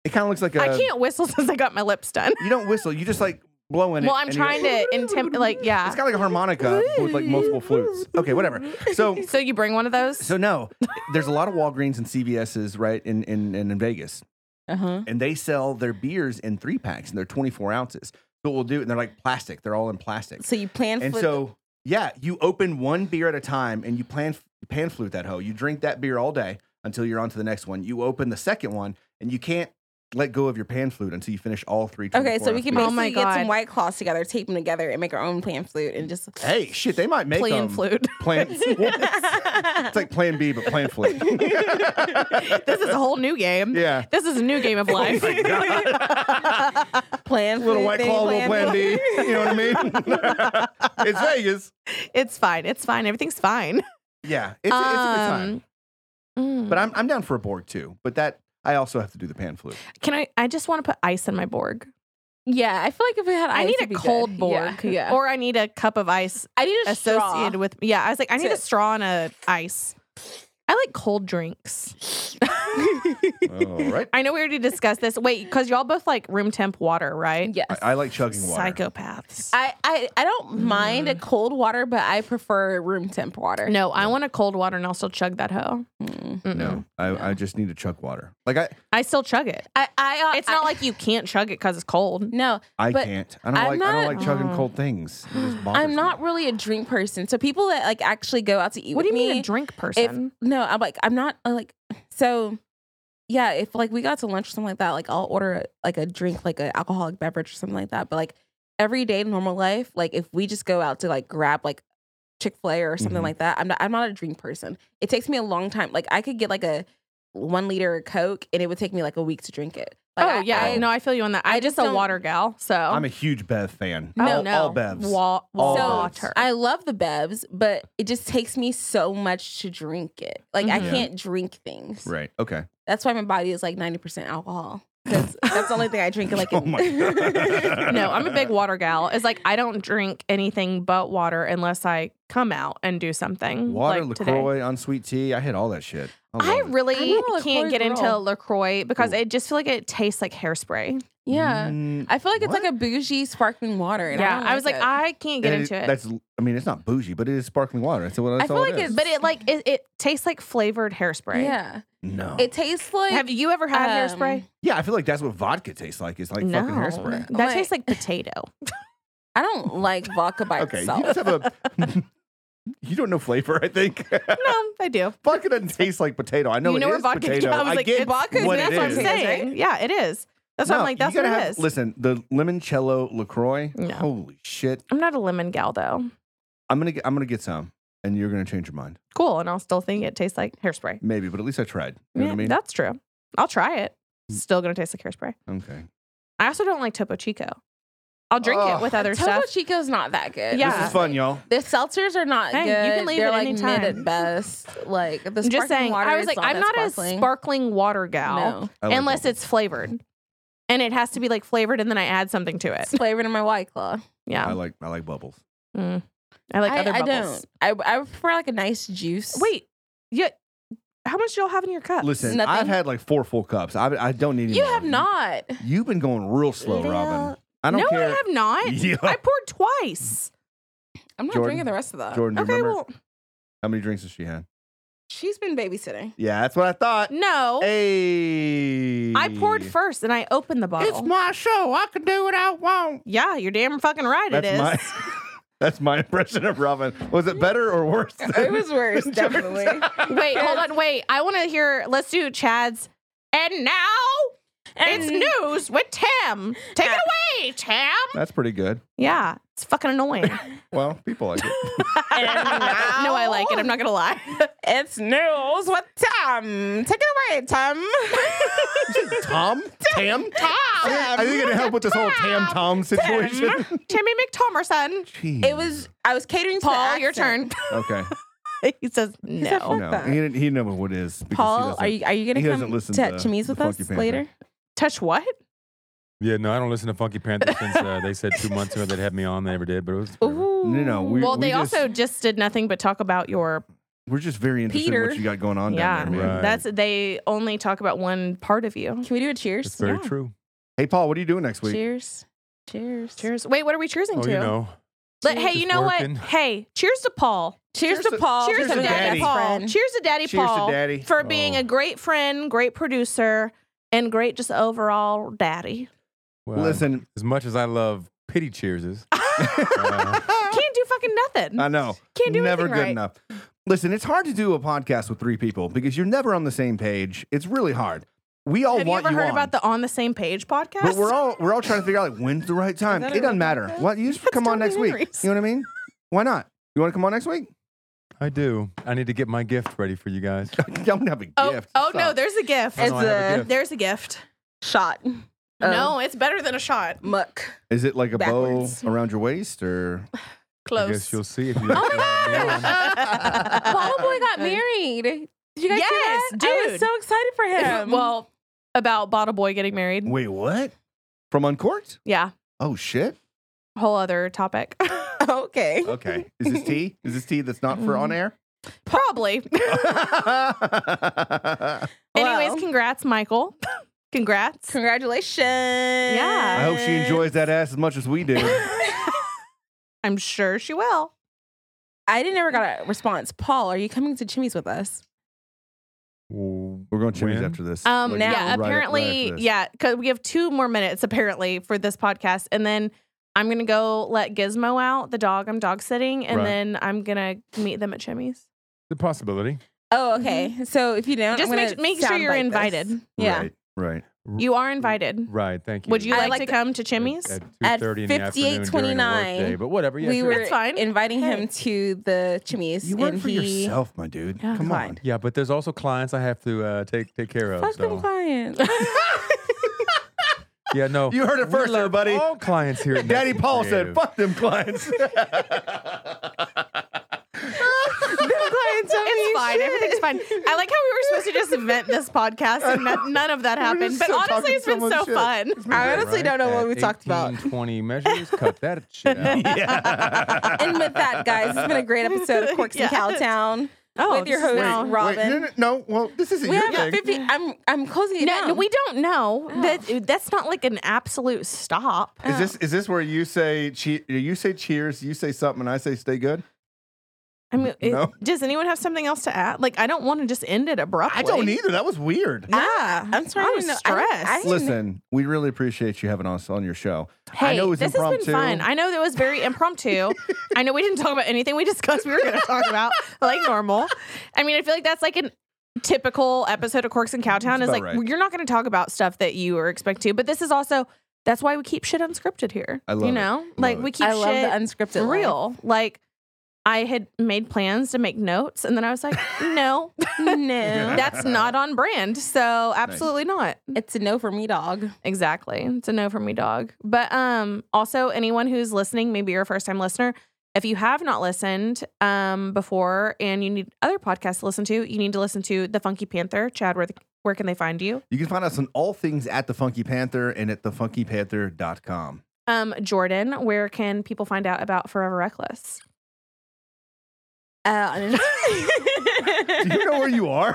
Speaker 2: it kind of looks like uh, a.
Speaker 1: I can't whistle since I got my lips done.
Speaker 2: You don't whistle. You just like blow in it.
Speaker 1: Well, I'm
Speaker 2: and you're
Speaker 1: trying
Speaker 2: *laughs*
Speaker 1: to intemp like
Speaker 2: It's
Speaker 1: yeah.
Speaker 2: got like a harmonica with like multiple flutes. Okay, whatever. So
Speaker 1: So you bring one of those?
Speaker 2: so no, there's a lot of Walgreens and CVS's right in in in, in Vegas,
Speaker 3: Uh huh.
Speaker 2: and they sell their beers in three packs and they're 24 ounces. So we'll do, and they're like plastic. They're all in plastic.
Speaker 3: So you plan
Speaker 2: And
Speaker 3: flute.
Speaker 2: so, yeah, you open one beer at a time and you plan pan flute that hoe. You drink that beer all day until you're on to the next one. You open the second one and you can't let go of your pan flute until you finish all three.
Speaker 3: okay,
Speaker 2: 24
Speaker 3: so we can
Speaker 1: Oh
Speaker 2: ounce
Speaker 1: my
Speaker 3: basically get
Speaker 1: God.
Speaker 3: some white claws together, tape them together, and make our own plan flute, and just
Speaker 2: beers.
Speaker 3: *laughs*
Speaker 2: Hey, shit, they might make
Speaker 1: Playing
Speaker 2: them.
Speaker 1: flute. *laughs*
Speaker 2: Plan, *laughs* it's like Plan B, but Plan
Speaker 3: *laughs*
Speaker 2: Flute.
Speaker 1: this is a whole new game.
Speaker 2: yeah. Oh
Speaker 1: This is a new
Speaker 2: *laughs*
Speaker 1: game of life.
Speaker 3: *laughs* plan flute.
Speaker 2: Little white
Speaker 3: thing,
Speaker 2: claw, little
Speaker 3: plan
Speaker 2: Plan
Speaker 3: flute.
Speaker 2: B. You know what I mean?
Speaker 3: *laughs*
Speaker 2: it's Vegas.
Speaker 1: *laughs* it's fine. It's fine. Everything's fine.
Speaker 2: Yeah, it's, a- it's a good
Speaker 3: Um,
Speaker 2: time.
Speaker 1: Um, mm.
Speaker 2: But I'm I'm down for a Borg too. But that I also have to do the pan
Speaker 3: *laughs*
Speaker 2: flute.
Speaker 1: can I? I just want to put ice in my Borg.
Speaker 3: Yeah, I feel like if we had,
Speaker 1: I
Speaker 3: ice,
Speaker 1: need
Speaker 3: it'd
Speaker 1: a
Speaker 3: be
Speaker 1: cold
Speaker 3: good.
Speaker 1: Borg,
Speaker 2: *laughs*
Speaker 3: Yeah, yeah.
Speaker 1: or I need a cup of ice
Speaker 3: I need a straw.
Speaker 1: associated with. Yeah, I was like, I need
Speaker 3: To-
Speaker 1: a straw and a ice. I like cold drinks.
Speaker 2: All right.
Speaker 1: I know we already discussed this. Wait, because y'all both like room temp water, right?
Speaker 3: Yes.
Speaker 2: I, I like chugging water.
Speaker 1: Psychopaths.
Speaker 3: I, I, I don't mind a cold water, but I prefer room temp water.
Speaker 1: no, I want a cold water and I'll still chug that hoe.
Speaker 3: Mm.
Speaker 1: Mm-mm.
Speaker 2: No, I, I just need to chug water. Like I,
Speaker 1: I still chug it.
Speaker 3: I, I, uh,
Speaker 1: It's not
Speaker 3: I-
Speaker 1: like you can't chug it because it's cold.
Speaker 3: no.
Speaker 2: I
Speaker 3: But
Speaker 2: can't. I don't
Speaker 3: I'm
Speaker 2: like. I don't
Speaker 3: not-
Speaker 2: like chugging
Speaker 1: Oh.
Speaker 2: cold things. It just bothers
Speaker 3: I'm not
Speaker 2: Me.
Speaker 3: really a drink person. So people that like actually go out to eat.
Speaker 1: What do you
Speaker 3: with
Speaker 1: mean
Speaker 3: me,
Speaker 1: a drink
Speaker 3: if
Speaker 1: person?
Speaker 3: no, I'm like I'm not uh, like so. Yeah, if like we got to lunch or something like that, like I'll order like a drink, like an alcoholic beverage or something like that. But like every day in normal life, like if we just go out to like grab like Chick Fil A or something
Speaker 1: Mm-hmm.
Speaker 2: Mhm.
Speaker 3: like that, I'm not I'm not a drink person. It takes me a long time. Like I could get like a one liter Coke, and it would take me like a week to drink it. Like,
Speaker 1: oh
Speaker 3: I-
Speaker 1: yeah,
Speaker 3: I-
Speaker 1: no, I feel you on that. I'm
Speaker 3: I just
Speaker 1: just a
Speaker 3: don't-
Speaker 1: water gal, so
Speaker 2: I'm a huge Bev fan.
Speaker 1: No,
Speaker 2: all,
Speaker 1: no.
Speaker 2: all Bevs.
Speaker 1: Wa-
Speaker 2: All
Speaker 1: water.
Speaker 3: I love the bevs, but it just takes me so much to drink it. Like
Speaker 1: Mhm.
Speaker 3: I
Speaker 2: Yeah.
Speaker 3: can't drink things.
Speaker 2: Right.
Speaker 1: *laughs*
Speaker 2: Okay.
Speaker 3: That's why my body is like ninety percent alcohol. Because that's the only thing I drink. Like,
Speaker 2: Oh
Speaker 3: in- *laughs*
Speaker 2: my God. *laughs*
Speaker 1: no, I'm a big water gal. It's like I don't drink anything but water unless I come out and do something.
Speaker 2: Water,
Speaker 1: like today.
Speaker 2: Lacroix, unsweet tea. I hit all that shit. love
Speaker 1: I
Speaker 2: it.
Speaker 1: really
Speaker 3: I'm not a
Speaker 1: can't
Speaker 3: LaCroix
Speaker 1: get into
Speaker 3: girl.
Speaker 1: LaCroix because
Speaker 2: Ooh.
Speaker 1: I just feel like it tastes like hairspray.
Speaker 3: yeah,
Speaker 2: Mm,
Speaker 3: I feel like it's
Speaker 2: What?
Speaker 3: like a bougie sparkling water. And
Speaker 1: yeah.
Speaker 3: I,
Speaker 1: I, was like, I can't get
Speaker 2: and
Speaker 1: into it.
Speaker 2: That's. I mean, it's not bougie, but it is sparkling water. That's what. That's
Speaker 3: I feel
Speaker 2: all
Speaker 3: like
Speaker 2: it is.
Speaker 1: but it like it, it tastes like flavored hairspray.
Speaker 3: yeah,
Speaker 2: no.
Speaker 3: it tastes like
Speaker 1: Have you ever had
Speaker 3: um,
Speaker 1: hairspray?
Speaker 2: yeah, I feel like that's what vodka tastes like. It's like
Speaker 1: no. Oh
Speaker 2: fucking hairspray.
Speaker 1: That
Speaker 3: Like-
Speaker 1: tastes like
Speaker 3: *laughs*
Speaker 1: potato.
Speaker 3: I don't like vodka by
Speaker 2: Okay, you
Speaker 3: itself.
Speaker 2: just have a.
Speaker 1: *laughs*
Speaker 2: *laughs* you don't know flavor, I think. *laughs*
Speaker 1: no, I do.
Speaker 2: Vodka doesn't taste like potato. I know
Speaker 1: You
Speaker 2: it
Speaker 1: know where
Speaker 2: is
Speaker 1: vodka-
Speaker 2: potato.
Speaker 1: yeah, I was like,
Speaker 2: get
Speaker 1: it's-
Speaker 3: vodka's
Speaker 2: what
Speaker 3: made
Speaker 2: it
Speaker 1: That's
Speaker 3: from
Speaker 1: what I'm
Speaker 2: is.
Speaker 3: potato.
Speaker 1: saying.
Speaker 3: right?
Speaker 1: Yeah, it is. That's what
Speaker 2: No,
Speaker 1: I'm like,
Speaker 2: you
Speaker 1: that's what
Speaker 2: gotta
Speaker 1: it is.
Speaker 2: have- Listen, the limoncello Lacroix.
Speaker 1: No.
Speaker 2: Holy shit!
Speaker 1: I'm not a lemon gal though.
Speaker 2: I'm gonna get, I'm gonna get some, and you're gonna change your mind,
Speaker 1: Cool, and I'll still think it tastes like hairspray.
Speaker 2: maybe. But at least I tried. You know
Speaker 1: Yeah,
Speaker 2: what I mean? Mm.
Speaker 1: That's true. I'll try it. Still gonna taste like hairspray.
Speaker 2: okay.
Speaker 1: I also don't like Topo Chico. I'll drink
Speaker 2: Ugh.
Speaker 1: it with other
Speaker 3: Topo
Speaker 1: stuff.
Speaker 3: Chico's not that good.
Speaker 1: Yeah.
Speaker 2: This is fun, y'all.
Speaker 3: The seltzers are not
Speaker 1: Hey, you
Speaker 3: good.
Speaker 1: can leave
Speaker 3: They're
Speaker 1: it
Speaker 3: like
Speaker 1: anytime.
Speaker 3: mid at best. Like the
Speaker 1: I'm
Speaker 3: sparkling
Speaker 1: just saying.
Speaker 3: water
Speaker 1: I was
Speaker 3: is
Speaker 1: like, I'm
Speaker 3: that
Speaker 1: not
Speaker 3: sparkling.
Speaker 1: a sparkling water gal
Speaker 3: No,
Speaker 2: I like
Speaker 1: unless
Speaker 2: it.
Speaker 1: it's flavored, and it has to be like flavored, and then I add something to it.
Speaker 3: it's flavored in my white claw.
Speaker 1: Yeah,
Speaker 2: I like I like bubbles.
Speaker 1: Mm. I like
Speaker 3: I,
Speaker 1: other
Speaker 3: I
Speaker 1: bubbles.
Speaker 3: don't. I, I prefer like a nice juice.
Speaker 1: Wait, yeah. How much do y'all have in your cup?
Speaker 2: Listen,
Speaker 3: Nothing.
Speaker 2: I've had like four full cups. I, I don't need. any
Speaker 3: you
Speaker 2: more.
Speaker 3: have not.
Speaker 2: You've been going real slow,
Speaker 1: Lil-
Speaker 2: Robin. I don't
Speaker 1: no, I
Speaker 2: care.
Speaker 1: have not.
Speaker 2: *laughs* Yeah.
Speaker 1: I poured twice.
Speaker 3: I'm not
Speaker 2: Jordan.
Speaker 3: drinking the rest of that.
Speaker 2: Jordan, do you
Speaker 1: Okay,
Speaker 2: remember
Speaker 1: well,
Speaker 2: how many drinks has she had?
Speaker 3: She's been babysitting.
Speaker 2: *laughs* Yeah, that's what I thought.
Speaker 1: no.
Speaker 2: Hey,
Speaker 1: I poured first, and I opened the bottle.
Speaker 2: It's my show. I can do what I want.
Speaker 1: yeah, you're damn fucking right. It is.
Speaker 2: my *laughs* That's my impression of ramen. Was it better or worse?
Speaker 3: It
Speaker 2: *laughs*
Speaker 3: was worse, definitely.
Speaker 1: Wait, hold on. Wait, I want to hear. Let's do Chad's. And now it's news with Tim. Take it away, Tim.
Speaker 2: That's pretty good.
Speaker 1: Yeah, it's fucking annoying. *laughs*
Speaker 2: Well, people like it.
Speaker 3: And
Speaker 1: no, I like it. I'm not gonna lie.
Speaker 3: It's news with Tom. Take it away, Tom.
Speaker 2: *laughs* *laughs* Tom? Tam?
Speaker 1: Ah! *laughs*
Speaker 2: I think it'd help with this whole Tam Tom situation.
Speaker 1: Timmy
Speaker 2: *laughs*
Speaker 1: McTomerson.
Speaker 3: it was. I was catering to the
Speaker 1: Paul, your
Speaker 3: accent.
Speaker 1: turn.
Speaker 2: Okay.
Speaker 1: *laughs* he says no.
Speaker 2: No,
Speaker 3: that.
Speaker 2: he, didn't, he knows what it is. because he
Speaker 3: Paul,
Speaker 2: doesn't-
Speaker 3: are you are you
Speaker 2: he
Speaker 3: gonna
Speaker 2: doesn't
Speaker 3: come
Speaker 2: listen
Speaker 3: to
Speaker 2: to
Speaker 3: Chemise with
Speaker 2: the
Speaker 3: us
Speaker 2: Funky Panther.
Speaker 3: later?
Speaker 1: Touch what?
Speaker 4: Yeah, no, I don't listen to Funky Panther since uh, they said two months ago they'd have me on. They never did, but it was.
Speaker 3: Ooh.
Speaker 2: No, no. We,
Speaker 1: well,
Speaker 2: we
Speaker 1: they
Speaker 2: just,
Speaker 1: also just did nothing but talk about your.
Speaker 2: We're just very interested in
Speaker 3: Peter.
Speaker 2: what you got going on
Speaker 1: Yeah,
Speaker 2: down there, man.
Speaker 4: Right.
Speaker 1: that's they only talk about one part of you.
Speaker 3: Can we do a cheers?
Speaker 4: It's very
Speaker 1: Yeah.
Speaker 4: true.
Speaker 2: Hey, Paul, what are you doing next week?
Speaker 3: Cheers. Cheers.
Speaker 1: Cheers. Wait, what are we cheersing
Speaker 4: Oh,
Speaker 1: to?
Speaker 4: you know.
Speaker 1: Let- hey,
Speaker 4: Cheers.
Speaker 1: you know
Speaker 4: Working.
Speaker 1: what? Hey, cheers to Paul.
Speaker 3: Cheers,
Speaker 2: Cheers
Speaker 3: to
Speaker 2: to-
Speaker 3: Paul.
Speaker 1: cheers
Speaker 2: cheers
Speaker 1: to
Speaker 2: to
Speaker 3: my
Speaker 1: Daddy
Speaker 2: Daddy.
Speaker 1: Paul.
Speaker 3: friend.
Speaker 1: Cheers to Daddy
Speaker 2: Cheers
Speaker 1: Paul
Speaker 2: to Daddy.
Speaker 1: for being
Speaker 4: Oh.
Speaker 1: a great friend, great producer, and great just overall daddy.
Speaker 4: Well,
Speaker 2: Listen,
Speaker 4: as much as I love pity cheerses, uh,
Speaker 1: Can't do fucking nothing.
Speaker 2: I know.
Speaker 1: Can't do
Speaker 2: never
Speaker 1: anything
Speaker 2: good
Speaker 1: right.
Speaker 2: enough. Listen, it's hard to do a podcast with three people because you're never on the same page. It's really hard. We all
Speaker 1: Have you
Speaker 2: want
Speaker 1: ever heard
Speaker 2: on,
Speaker 1: about the On the Same Page podcast?
Speaker 2: but we're all we're all trying to figure out like when's the right time.
Speaker 3: that
Speaker 2: It
Speaker 3: a
Speaker 2: doesn't
Speaker 3: real
Speaker 2: matter.
Speaker 3: podcast?
Speaker 2: What you just come on
Speaker 1: Tony
Speaker 2: next week.
Speaker 1: Henry's.
Speaker 2: You know what I mean? Why not? You want to come on next
Speaker 1: *laughs*
Speaker 2: week? *laughs*
Speaker 4: I do. I need to get my gift ready for you guys.
Speaker 2: I don't have a
Speaker 1: oh,
Speaker 2: gift.
Speaker 1: oh
Speaker 2: Stop.
Speaker 1: no, there's a gift.
Speaker 4: I don't
Speaker 3: It's
Speaker 4: have
Speaker 3: a-
Speaker 4: a gift.
Speaker 1: There's a gift.
Speaker 3: Shot.
Speaker 2: Um,
Speaker 3: Um,
Speaker 1: No, it's better than a shot.
Speaker 3: Muck.
Speaker 2: Is it like a
Speaker 3: Backwards.
Speaker 2: bow around your
Speaker 1: *laughs*
Speaker 2: waist or? uh,
Speaker 4: I
Speaker 1: Close.
Speaker 4: guess
Speaker 1: *laughs*
Speaker 4: you'll see
Speaker 2: *laughs*
Speaker 4: if you.
Speaker 3: Oh my
Speaker 4: Yeah.
Speaker 3: god! Paul Boy got married. Did you guys
Speaker 1: Yes,
Speaker 3: see that? I
Speaker 1: dude.
Speaker 3: was so excited for him.
Speaker 1: well, about Bottle Boy getting married.
Speaker 2: Wait, what? From Uncorked?
Speaker 1: Yeah,
Speaker 2: Oh shit.
Speaker 1: whole other topic. *laughs*
Speaker 3: okay.
Speaker 2: Okay. Is this tea? Is this tea that's not for on
Speaker 1: Mm.
Speaker 2: air?
Speaker 1: Probably.
Speaker 3: Well.
Speaker 1: *laughs*
Speaker 2: *laughs*
Speaker 1: Anyways, congrats, Michael. *laughs* congrats.
Speaker 3: Congratulations.
Speaker 1: Yeah.
Speaker 2: I hope she enjoys that ass as much as we do.
Speaker 1: I'm sure she will.
Speaker 3: *laughs* I didn't ever got a response. Paul, are you coming to Chimmy's with us?
Speaker 4: Well,
Speaker 2: *laughs* We're going to Chimmy's
Speaker 4: When?
Speaker 2: after this.
Speaker 1: Um,
Speaker 2: Like,
Speaker 3: now.
Speaker 2: right
Speaker 1: yeah,
Speaker 2: up- right
Speaker 1: apparently,
Speaker 2: after this.
Speaker 1: yeah, because we have two more minutes apparently for this podcast, and then I'm gonna go let Gizmo out, the dog. I'm dog sitting, and
Speaker 4: Right.
Speaker 1: then I'm gonna meet them at Chimmy's.
Speaker 4: the possibility.
Speaker 3: Oh, okay. So if you don't,
Speaker 1: Just
Speaker 3: I'm
Speaker 1: make
Speaker 3: gonna
Speaker 1: make sure
Speaker 3: soundbite
Speaker 1: you're
Speaker 3: this.
Speaker 1: invited.
Speaker 3: Yeah.
Speaker 2: Right. right.
Speaker 4: R-
Speaker 1: You are invited.
Speaker 4: Right. Thank you.
Speaker 1: Would you
Speaker 3: I
Speaker 1: like,
Speaker 3: like
Speaker 1: to
Speaker 3: the-
Speaker 1: come to Chimmy's?
Speaker 4: At,
Speaker 3: At
Speaker 4: at two thirty in the afternoon during a work
Speaker 3: 58:29,
Speaker 4: day, but whatever. Yeah,
Speaker 3: we
Speaker 4: sure.
Speaker 3: were
Speaker 1: It's fine.
Speaker 3: inviting
Speaker 1: Hey.
Speaker 3: him to the Chimmy's.
Speaker 2: You work
Speaker 3: and
Speaker 2: for
Speaker 3: he-
Speaker 2: yourself, my dude.
Speaker 1: Yeah,
Speaker 2: Come on.
Speaker 3: fine.
Speaker 4: Yeah, but there's also clients I have to uh, take take care of.
Speaker 3: Fuck
Speaker 4: so.
Speaker 3: them
Speaker 1: *laughs*
Speaker 3: clients.
Speaker 4: Yeah, no.
Speaker 2: You heard it
Speaker 4: We
Speaker 2: first,
Speaker 4: love
Speaker 2: everybody.
Speaker 4: All clients here. at
Speaker 2: Daddy
Speaker 4: Nexus
Speaker 2: Paul said,
Speaker 4: Creative.
Speaker 2: fuck them *laughs* clients.
Speaker 1: It's fine. Everything's fine. I like how we were supposed to just vent this podcast and no- none of
Speaker 2: *laughs*
Speaker 1: that happened.
Speaker 2: just
Speaker 1: But
Speaker 2: still
Speaker 1: honestly,
Speaker 2: talking
Speaker 1: it's been
Speaker 2: so much
Speaker 1: so
Speaker 2: shit.
Speaker 1: fun.
Speaker 3: I honestly
Speaker 4: Right?
Speaker 3: don't know what
Speaker 4: At
Speaker 3: we talked about.
Speaker 4: 1820 measures. Cut that shit out.
Speaker 2: yeah.
Speaker 3: and with that, guys, it's been a great episode
Speaker 1: *laughs*
Speaker 3: of Quirks
Speaker 1: Yeah.
Speaker 3: and Cowtown
Speaker 1: Oh,
Speaker 3: with your
Speaker 1: this is
Speaker 3: host
Speaker 1: now-
Speaker 2: *laughs*
Speaker 3: Robin.
Speaker 2: Wait, no, no, no. Well, this isn't
Speaker 3: We
Speaker 2: your
Speaker 3: have
Speaker 2: thing.
Speaker 3: 50. I'm I'm closing it
Speaker 1: No,
Speaker 3: down.
Speaker 1: no, we don't know. That that's not like an absolute stop.
Speaker 2: Is this is this where you say che- you say cheers, you say something, and I say stay good?
Speaker 1: I mean, it-
Speaker 2: No.
Speaker 1: does anyone have something else to add? Like, I don't want to just end it abruptly.
Speaker 2: I don't either. That was weird.
Speaker 1: Yeah,
Speaker 3: I'm sorry. I
Speaker 1: I was
Speaker 3: didn't know- I didn't-
Speaker 1: stressed.
Speaker 3: I
Speaker 2: *laughs*
Speaker 3: didn't-
Speaker 2: Listen, we really appreciate you having us on your show.
Speaker 1: Hey,
Speaker 2: I know it was
Speaker 1: this
Speaker 2: impromptu.
Speaker 1: has been fun. I know that was very
Speaker 2: *laughs*
Speaker 1: impromptu. I know we didn't talk about anything we discussed. We were going to talk about like normal. I mean, I feel like that's like an typical episode of Corks and Cowtown is
Speaker 2: about
Speaker 1: like
Speaker 2: right.
Speaker 1: you're not going to talk about stuff that you were expect to, but this is also that's why we keep shit unscripted here.
Speaker 2: I love
Speaker 1: you
Speaker 2: it.
Speaker 1: know,
Speaker 2: I
Speaker 1: like
Speaker 2: love
Speaker 1: we
Speaker 2: it.
Speaker 1: keep
Speaker 3: I love
Speaker 1: shit
Speaker 3: the unscripted life.
Speaker 1: real. Like I had made plans to make notes, and then I was
Speaker 2: *laughs*
Speaker 1: like, no,
Speaker 3: No,
Speaker 1: that's not on brand. So absolutely not.
Speaker 3: it's a no for me, dog.
Speaker 1: Exactly. It's a no for me, dog. But um also anyone who's listening, maybe you're a first time listener, if you have not listened um before and you need other podcasts to listen to, you need to listen to The Funky Panther. Chad, where the, where can they find you?
Speaker 2: You can find us on all things at the Funky Panther and at thefunkypanther.com.
Speaker 1: Um Jordan, where can people find out about Forever Reckless?
Speaker 3: Uh, *laughs*
Speaker 2: Do you know where you are?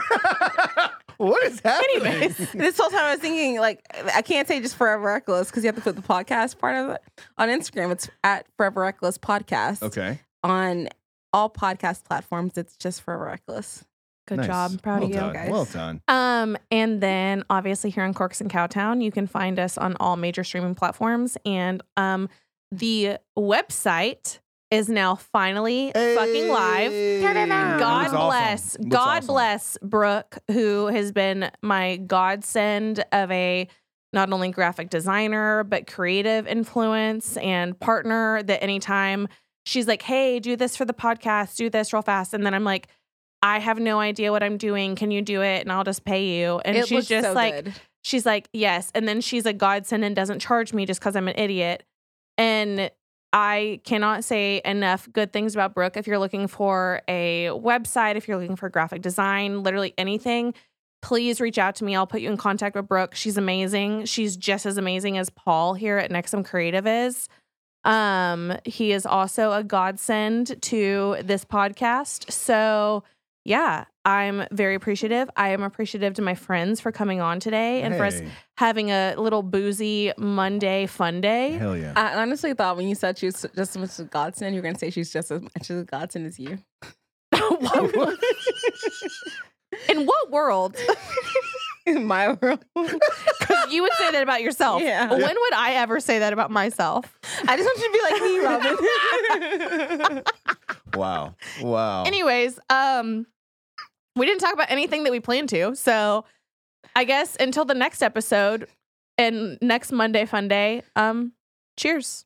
Speaker 2: *laughs* what is happening?
Speaker 1: Anyways.
Speaker 3: this whole time I was thinking, like, I can't say just forever reckless because you have to put the podcast part of it on Instagram. It's at forever reckless podcast.
Speaker 2: Okay.
Speaker 3: On all podcast platforms, it's just forever reckless.
Speaker 1: Good
Speaker 2: nice.
Speaker 1: job. Proud
Speaker 2: well
Speaker 1: of you.
Speaker 2: done.
Speaker 3: guys.
Speaker 2: Well done.
Speaker 1: Um, and then obviously here on Corks and Cowtown, you can find us on all major streaming platforms and um the website is now finally fucking live. God
Speaker 2: Looks awesome.
Speaker 1: bless.
Speaker 2: Looks
Speaker 1: God
Speaker 2: awesome.
Speaker 1: bless Brooke, who has been my godsend of a not only graphic designer, but creative influence and partner that anytime she's like, hey, do this for the podcast, do this real fast. And then I'm like, I have no idea what I'm doing. Can you do it? And I'll just pay you. And
Speaker 3: It
Speaker 1: she's
Speaker 3: looks
Speaker 1: just
Speaker 3: so
Speaker 1: like,
Speaker 3: good.
Speaker 1: She's like, yes. And then she's a godsend and doesn't charge me just because I'm an idiot. And I cannot say enough good things about Brooke. If you're looking for a website, if you're looking for graphic design, literally anything, please reach out to me. I'll put you in contact with Brooke. She's amazing. She's just as amazing as Paul here at Nexum Creative is. Um, he is also a godsend to this podcast. So yeah, I'm very appreciative. I am appreciative to my friends for coming on today and for us
Speaker 2: Hey.
Speaker 1: having a little boozy Monday fun day.
Speaker 2: Hell yeah.
Speaker 3: I honestly thought when you said she was just as much as a godsend, you were gonna say she's just as much as a godsend as
Speaker 1: *laughs*
Speaker 3: you.
Speaker 1: In what *laughs* world?
Speaker 3: *laughs* In my
Speaker 1: *laughs*
Speaker 3: world,
Speaker 1: Because you would say that about yourself.
Speaker 3: Yeah.
Speaker 1: When would I ever say that about myself?
Speaker 3: I just want you to be
Speaker 1: *laughs*
Speaker 3: like me, Robin. *laughs*
Speaker 2: Wow. Wow.
Speaker 1: Anyways, um, we didn't talk about anything that we planned to. So I guess until the next episode and next Monday fun day, um, cheers.